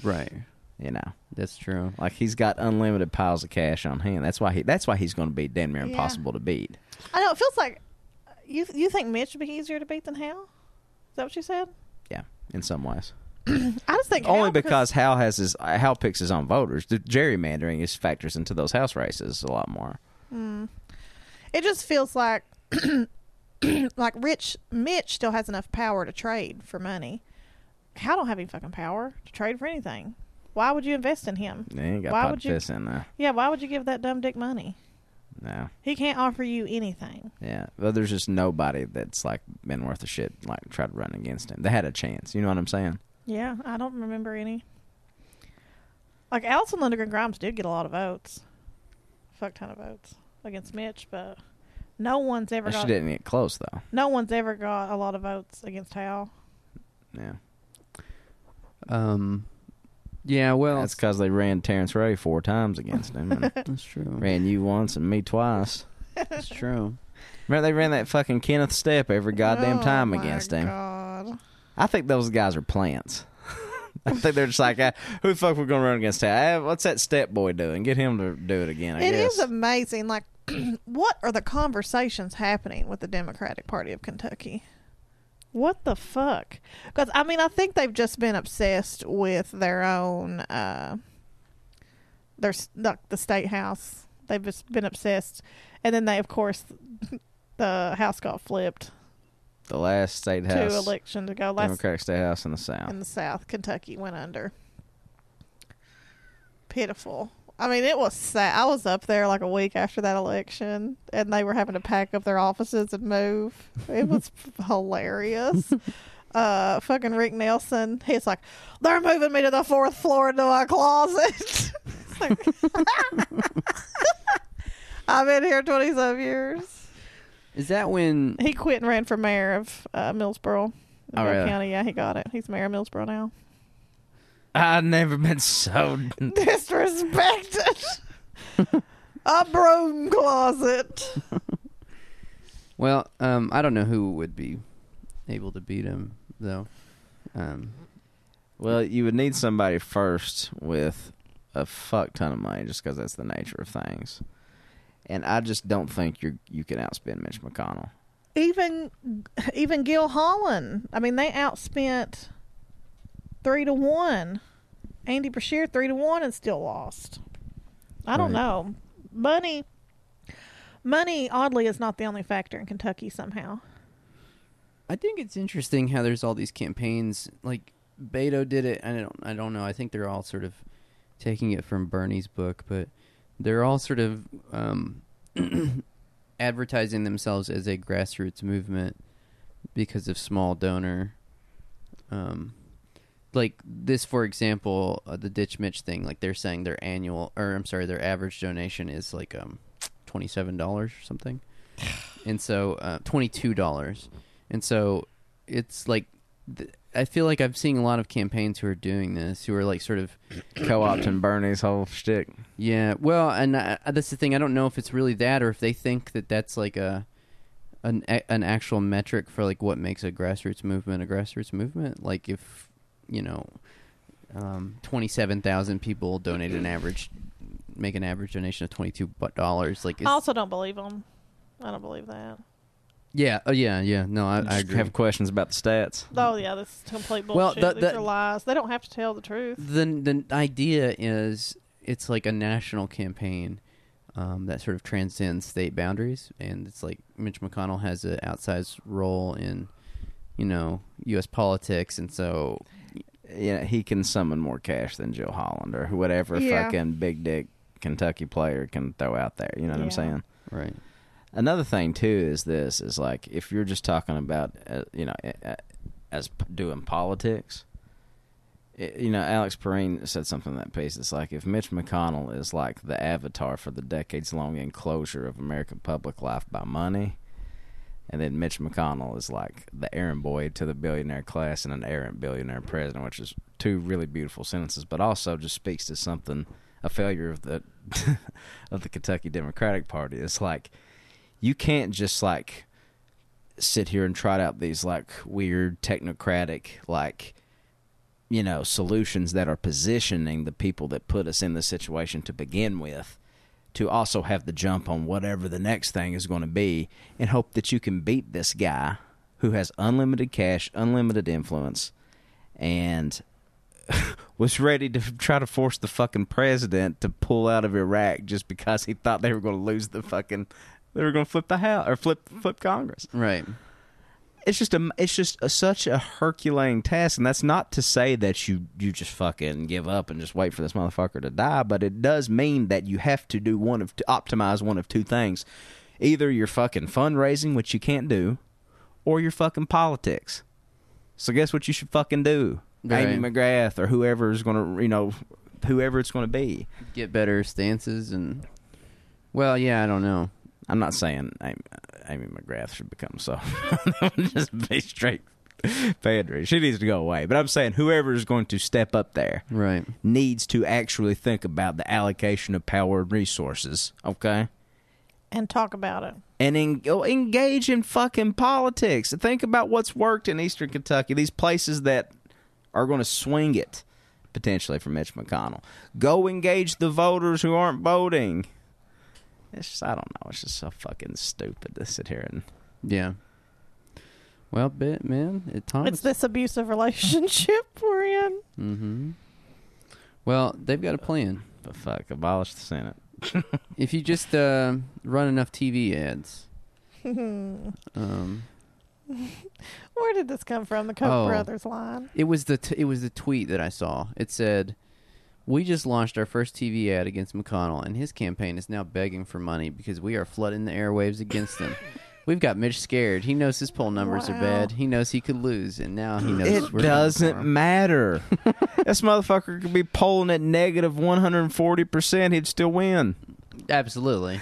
C: Right.
A: You know,
C: That's true.
A: like he's got unlimited piles of cash on hand. That's why he. That's why he's going to be damn near
B: Yeah.
A: impossible to beat.
B: I know it feels like uh, you. You think Mitch would be easier to beat than Hal? Is that what you said?
A: Yeah, in some ways.
B: I just think
A: Only
B: Hal
A: because Hal has his Hal picks his own voters. The gerrymandering is factors into those house races a lot more.
B: it just feels like like Rich Mitch still has enough power to trade for money. Hal don't have any fucking power to trade for anything. Why would you invest in him?
A: They ain't got
B: Why
A: pot
B: would you-
A: piss in there.
B: Yeah, why would you give that dumb dick money?
A: No.
B: He can't offer you anything.
A: Yeah. But there's just nobody that's like been worth a shit like tried to run against him. They had a chance. You know what I'm saying?
B: Yeah, I don't remember any. Like Allison Lindgren Grimes did get a lot of votes, fuck ton of votes against Mitch, but no one's ever
A: She
B: got
A: didn't get close though.
B: no one's ever got a lot of votes against Hal.
A: Yeah.
C: Um, yeah, well,
A: That's because they ran Terrence Ray four times against him. And
C: that's true.
A: ran you once and me twice.
C: That's true.
A: Remember they ran that fucking Kenneth Step every goddamn
B: Oh,
A: time
B: my
A: against him.
B: God.
A: I think those guys are plants. I think they're just like, ah, who the fuck we're gonna run against? That? Ah, What's that step boy doing? Get him to do it again. I
B: It
A: guess.
B: is amazing. Like, what are the conversations happening with the Democratic Party of Kentucky? What the fuck? Because I mean, I think they've just been obsessed with their own, uh, their s- the, the state house. They've just been obsessed, and then they, of course, the house got flipped
A: the last state
B: two
A: house,
B: elections ago. Last
A: Democratic state house in the South.
B: in the South, Kentucky went under. Pitiful. I mean, it was sad. I was up there like a week after that election, and they were having to pack up their offices and move. It was hilarious. Uh, fucking Rick Nelson, he's like, they're moving me to the fourth floor into my closet. It's like- I've been here 20 some years.
C: Is that when?
B: He quit and ran for mayor of uh,
A: Oh,
B: Millsboro. Moore
A: really?
B: County. Yeah, he got it. He's mayor of Millsboro now.
A: I've never been so.
B: disrespected. a broom closet.
C: Well, um, I don't know who would be able to beat him though. Um,
A: Well, you would need somebody first with a fuck ton of money, just because that's the nature of things. And I just don't think you you can outspend Mitch McConnell.
B: even even Gil Holland. I mean, they outspent three to one. Andy Brashear three to one and still lost. I don't
A: Right.
B: know. Money, money. Oddly, is not the only factor in Kentucky. Somehow,
C: I think it's interesting how there's all these campaigns. Like Beto did it. I don't. I don't know. I think they're all sort of taking it from Bernie's book, but they're all sort of um, advertising themselves as a grassroots movement because of small donor. Um, like this, for example, uh, the Ditch Mitch thing. Like they're saying their annual, or I'm sorry, their average donation is like um, twenty seven dollars or something, and so uh, twenty two dollars, and so it's like. Th- I feel like I'm seeing a lot of campaigns who are doing this, who are like sort of
A: Co-opting Bernie's whole shtick.
C: yeah, well, and I, I- that's the thing. I don't know if it's really that, or if they think that that's like a an a- an actual metric for like what makes a grassroots movement a grassroots movement. Like if you know, um, twenty seven thousand people donate an average, make an average donation of twenty two dollars. Like, is,
B: I also don't believe them. I don't believe that.
C: yeah, oh yeah, yeah. No, I, I
A: just
C: agree.
A: have questions about the stats.
B: Oh yeah, this is complete
C: Well,
B: bullshit.
C: the-
B: These
C: the-
B: are lies. They don't have to tell the truth.
C: the the idea is it's like a national campaign um, that sort of transcends state boundaries, and it's like Mitch McConnell has an outsized role in you know U.S. politics, and so
A: Yeah, he can summon more cash than Joe Holland or whatever
B: Yeah.
A: fucking big dick Kentucky player can throw out there. You know what
B: Yeah.
A: I'm saying?
C: right,
A: Another thing too is this is like if you're just talking about uh, you know uh, uh, as p- doing politics, i you know Alex Perrine said something in that piece. It's like if Mitch McConnell is like the avatar for the decades long enclosure of American public life by money, and then Mitch McConnell is like the errand boy to the billionaire class and an errant billionaire president, which is two really beautiful sentences, but also just speaks to something a failure of the of the Kentucky Democratic Party. It's like you can't just like sit here and trot out these like weird technocratic like you know solutions that are positioning the people that put us in the situation to begin with to also have the jump on whatever the next thing is going to be and hope that you can beat this guy who has unlimited cash unlimited influence and was ready to try to force the fucking president to pull out of Iraq just because he thought they were going to lose the fucking they were going to flip the house or flip flip Congress.
C: right,
A: It's just a it's just a, such a Herculean task, and that's not to say that you you just fucking give up and just wait for this motherfucker to die, but it does mean that you have to do one of to optimize one of two things, either your fucking fundraising, which you can't do, or your fucking politics. So guess what you should fucking do, Amy
C: Right.
A: McGrath or whoever is gonna you know whoever it's gonna be.
C: get better stances, and well, yeah, I don't know.
A: I'm not saying Amy, Amy McGrath should become so. just be straight pandering. She needs to go away. But I'm saying whoever is going to step up there
C: Right,
A: needs to actually think about the allocation of power and resources. Okay.
B: And talk about it.
A: And en- oh, engage in fucking politics. Think about what's worked in Eastern Kentucky. These places that are going to swing it potentially for Mitch McConnell. Go engage the voters who aren't voting. It's just I don't know. It's just so fucking stupid to sit here and
C: yeah. Well, bit man, at times
B: It's this abusive relationship we're in.
C: Mm-hmm. Well, they've got a plan.
A: but fuck abolish the Senate.
C: If you just uh, run enough TV ads. Um,
B: Where did this come from? The Koch
C: Oh.
B: brothers line.
C: It was the t- it was the tweet that I saw. It said, "We just launched our first TV ad against McConnell, and his campaign is now begging for money because we are flooding the airwaves against him. We've got Mitch scared. He knows his poll numbers
B: Wow.
C: are bad. He knows he could lose, and now he knows
A: It
C: we're
A: doesn't
C: gonna
A: matter. this motherfucker could be polling at negative one hundred and forty percent. He'd still win.
C: farm. absolutely."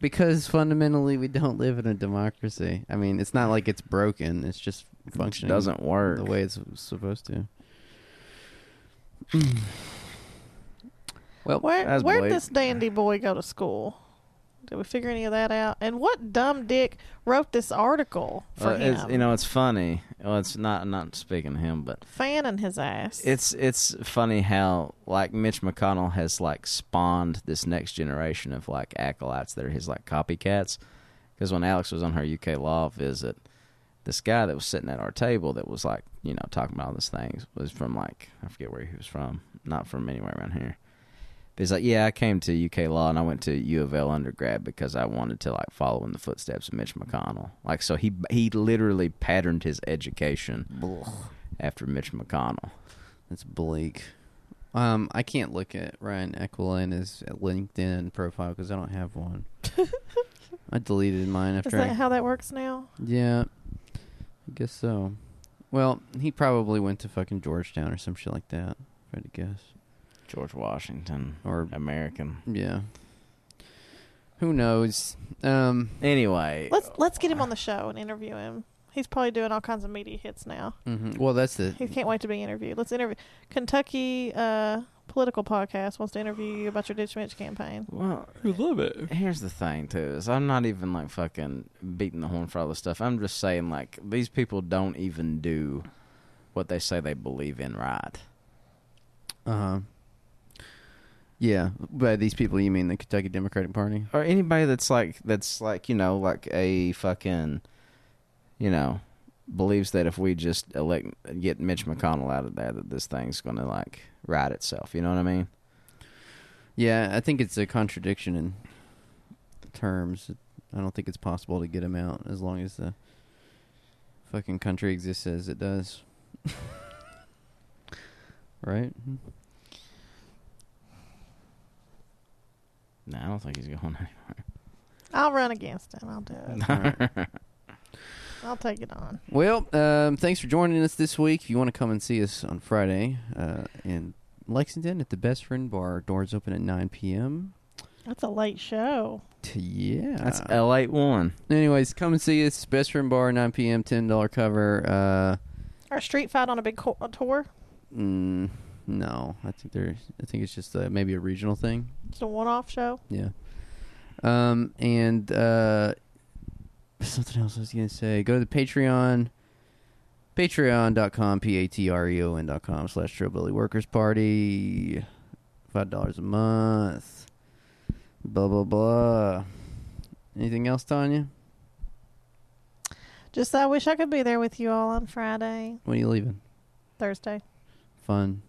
C: Because fundamentally, we don't live in a democracy. I mean, it's not like it's broken. It's just
A: Function
C: functioning
A: doesn't work.
C: the way it's supposed to. Well,
B: Where
A: Oh, That's
B: where
A: bleak.
B: would this dandy boy go to school? Did we figure any of that out? And what dumb dick wrote this article for
A: Well,
B: him?
A: Uh, it's, you know, it's funny. Well, it's not not speaking to him, but
B: Fanning his ass.
A: it's it's funny how like Mitch McConnell has like spawned this next generation of like acolytes that are his like copycats. Because when Alex was on her UK law visit, this guy that was sitting at our table that was like you know talking about all these things was from like I forget where he was from, not from anywhere around here. But he's like, yeah, I came to UK law and I went to U of L undergrad because I wanted to like follow in the footsteps of Mitch McConnell. Like, so he he literally patterned his education
C: Ugh,
A: after Mitch McConnell.
C: that's bleak. Um, I can't look at Ryan Equilla and his LinkedIn profile because I don't have one. I deleted mine
B: Is
C: after. I,
B: that how that works now?
C: yeah, I guess so. Well, he probably went to fucking Georgetown or some shit like that. If I had to guess,
A: George Washington,
C: or
A: American.
C: yeah, who knows? Um,
A: Anyway,
B: Let's let's get him on the show and interview him. He's probably doing all kinds of media hits now.
C: mhm. well, that's the
B: He can't wait to be interviewed. Let's interview Kentucky uh, political podcast wants to interview you about your ditch Mitch campaign.
A: well,
C: You love it.
A: here's the thing too is I'm not even like fucking beating the horn for all this stuff. I'm just saying like these people don't even do what they say they believe in, right?
C: Uh huh. Yeah, by these people you mean the Kentucky Democratic Party?
A: or anybody that's like that's like you know like a fucking you know believes that if we just elect get Mitch McConnell out of there that this thing's going to like right itself you know what i mean
C: Yeah, I think it's a contradiction in terms. I don't think it's possible to get him out as long as the fucking country exists as it does. right?
A: no i don't think he's going anywhere
B: I'll run against him. I'll do it.
C: Alright.
B: I'll take it on.
C: Well, um, thanks for joining us this week. If you want to come and see us on Friday uh, in Lexington at the Best Friend Bar, doors open at 9 p.m.
B: That's a late show.
C: T- yeah.
A: that's l8 one
C: Anyways, come and see us. Best Friend Bar, 9 p.m., $10 cover. Uh,
B: Our street fight on a big co- a tour.
C: mm, no, I think there's. I think it's just uh, maybe a regional thing.
B: It's a one-off show.
C: Yeah. Um, and uh, something else I was gonna say. Go to the Patreon. Patreon.com, P A T R E O N dot com slash Trillbilly Workers Party. Five dollars a month. Blah blah blah. Anything else, Tanya?
B: Just I wish I could be there with you all on Friday,
C: When are you leaving?
B: Thursday.
C: Fun.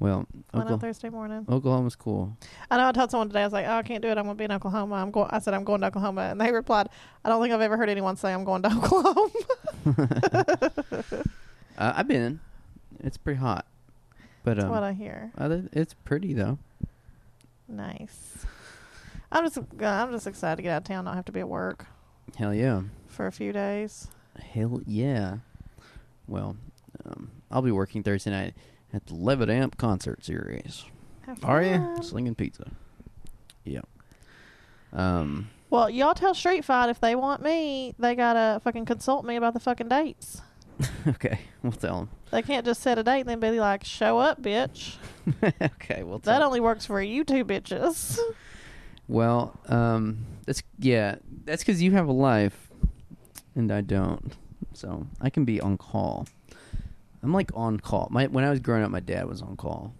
C: Well,
B: Why not
C: Oklahoma,
B: Thursday morning?
C: Oklahoma's cool.
B: I know I told someone today. I was like, "Oh, I can't do it. I'm gonna be in Oklahoma." I'm going. I said, "I'm going to Oklahoma," and they replied, "I don't think I've ever heard anyone say I'm going to Oklahoma."
C: Uh, I've been. It's pretty hot, but
B: That's
C: um,
B: what I hear.
C: other, it's pretty though.
B: Nice. I'm just. uh, I'm just excited to get out of town. Not have to be at work
C: Hell yeah,
B: for a few days.
C: hell yeah. Well, um, I'll be working Thursday night at the Levitt Amp concert series,
B: Have
A: Are ya?
B: fun.
C: slinging pizza. Yeah. Um.
B: Well, y'all tell Street Fight if they want me, they gotta fucking consult me about the fucking dates.
C: Okay, we'll tell
B: They can't just set a date and then be like, "Show up, bitch."
C: them. okay, we'll tell.
B: That
C: 'em.
B: only works for you two bitches.
C: Well, um, that's yeah, that's because you have a life, and I don't. So I can be on call. I'm like on call. My when I was growing up, my dad was on call,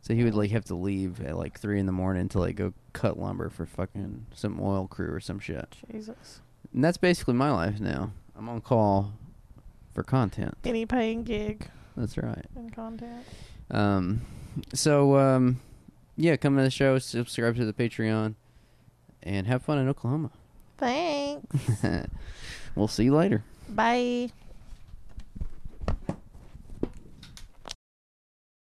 C: so he would like have to leave at like three in the morning to like go cut lumber for fucking some oil crew or some shit.
B: Jesus.
C: And that's basically my life now. I'm on call for content.
B: Any paying gig
C: That's right.
B: in contact.
C: Um, so um, yeah, come to the show, subscribe to the Patreon, and have fun in Oklahoma.
B: Thanks.
C: we'll see you later.
B: Bye.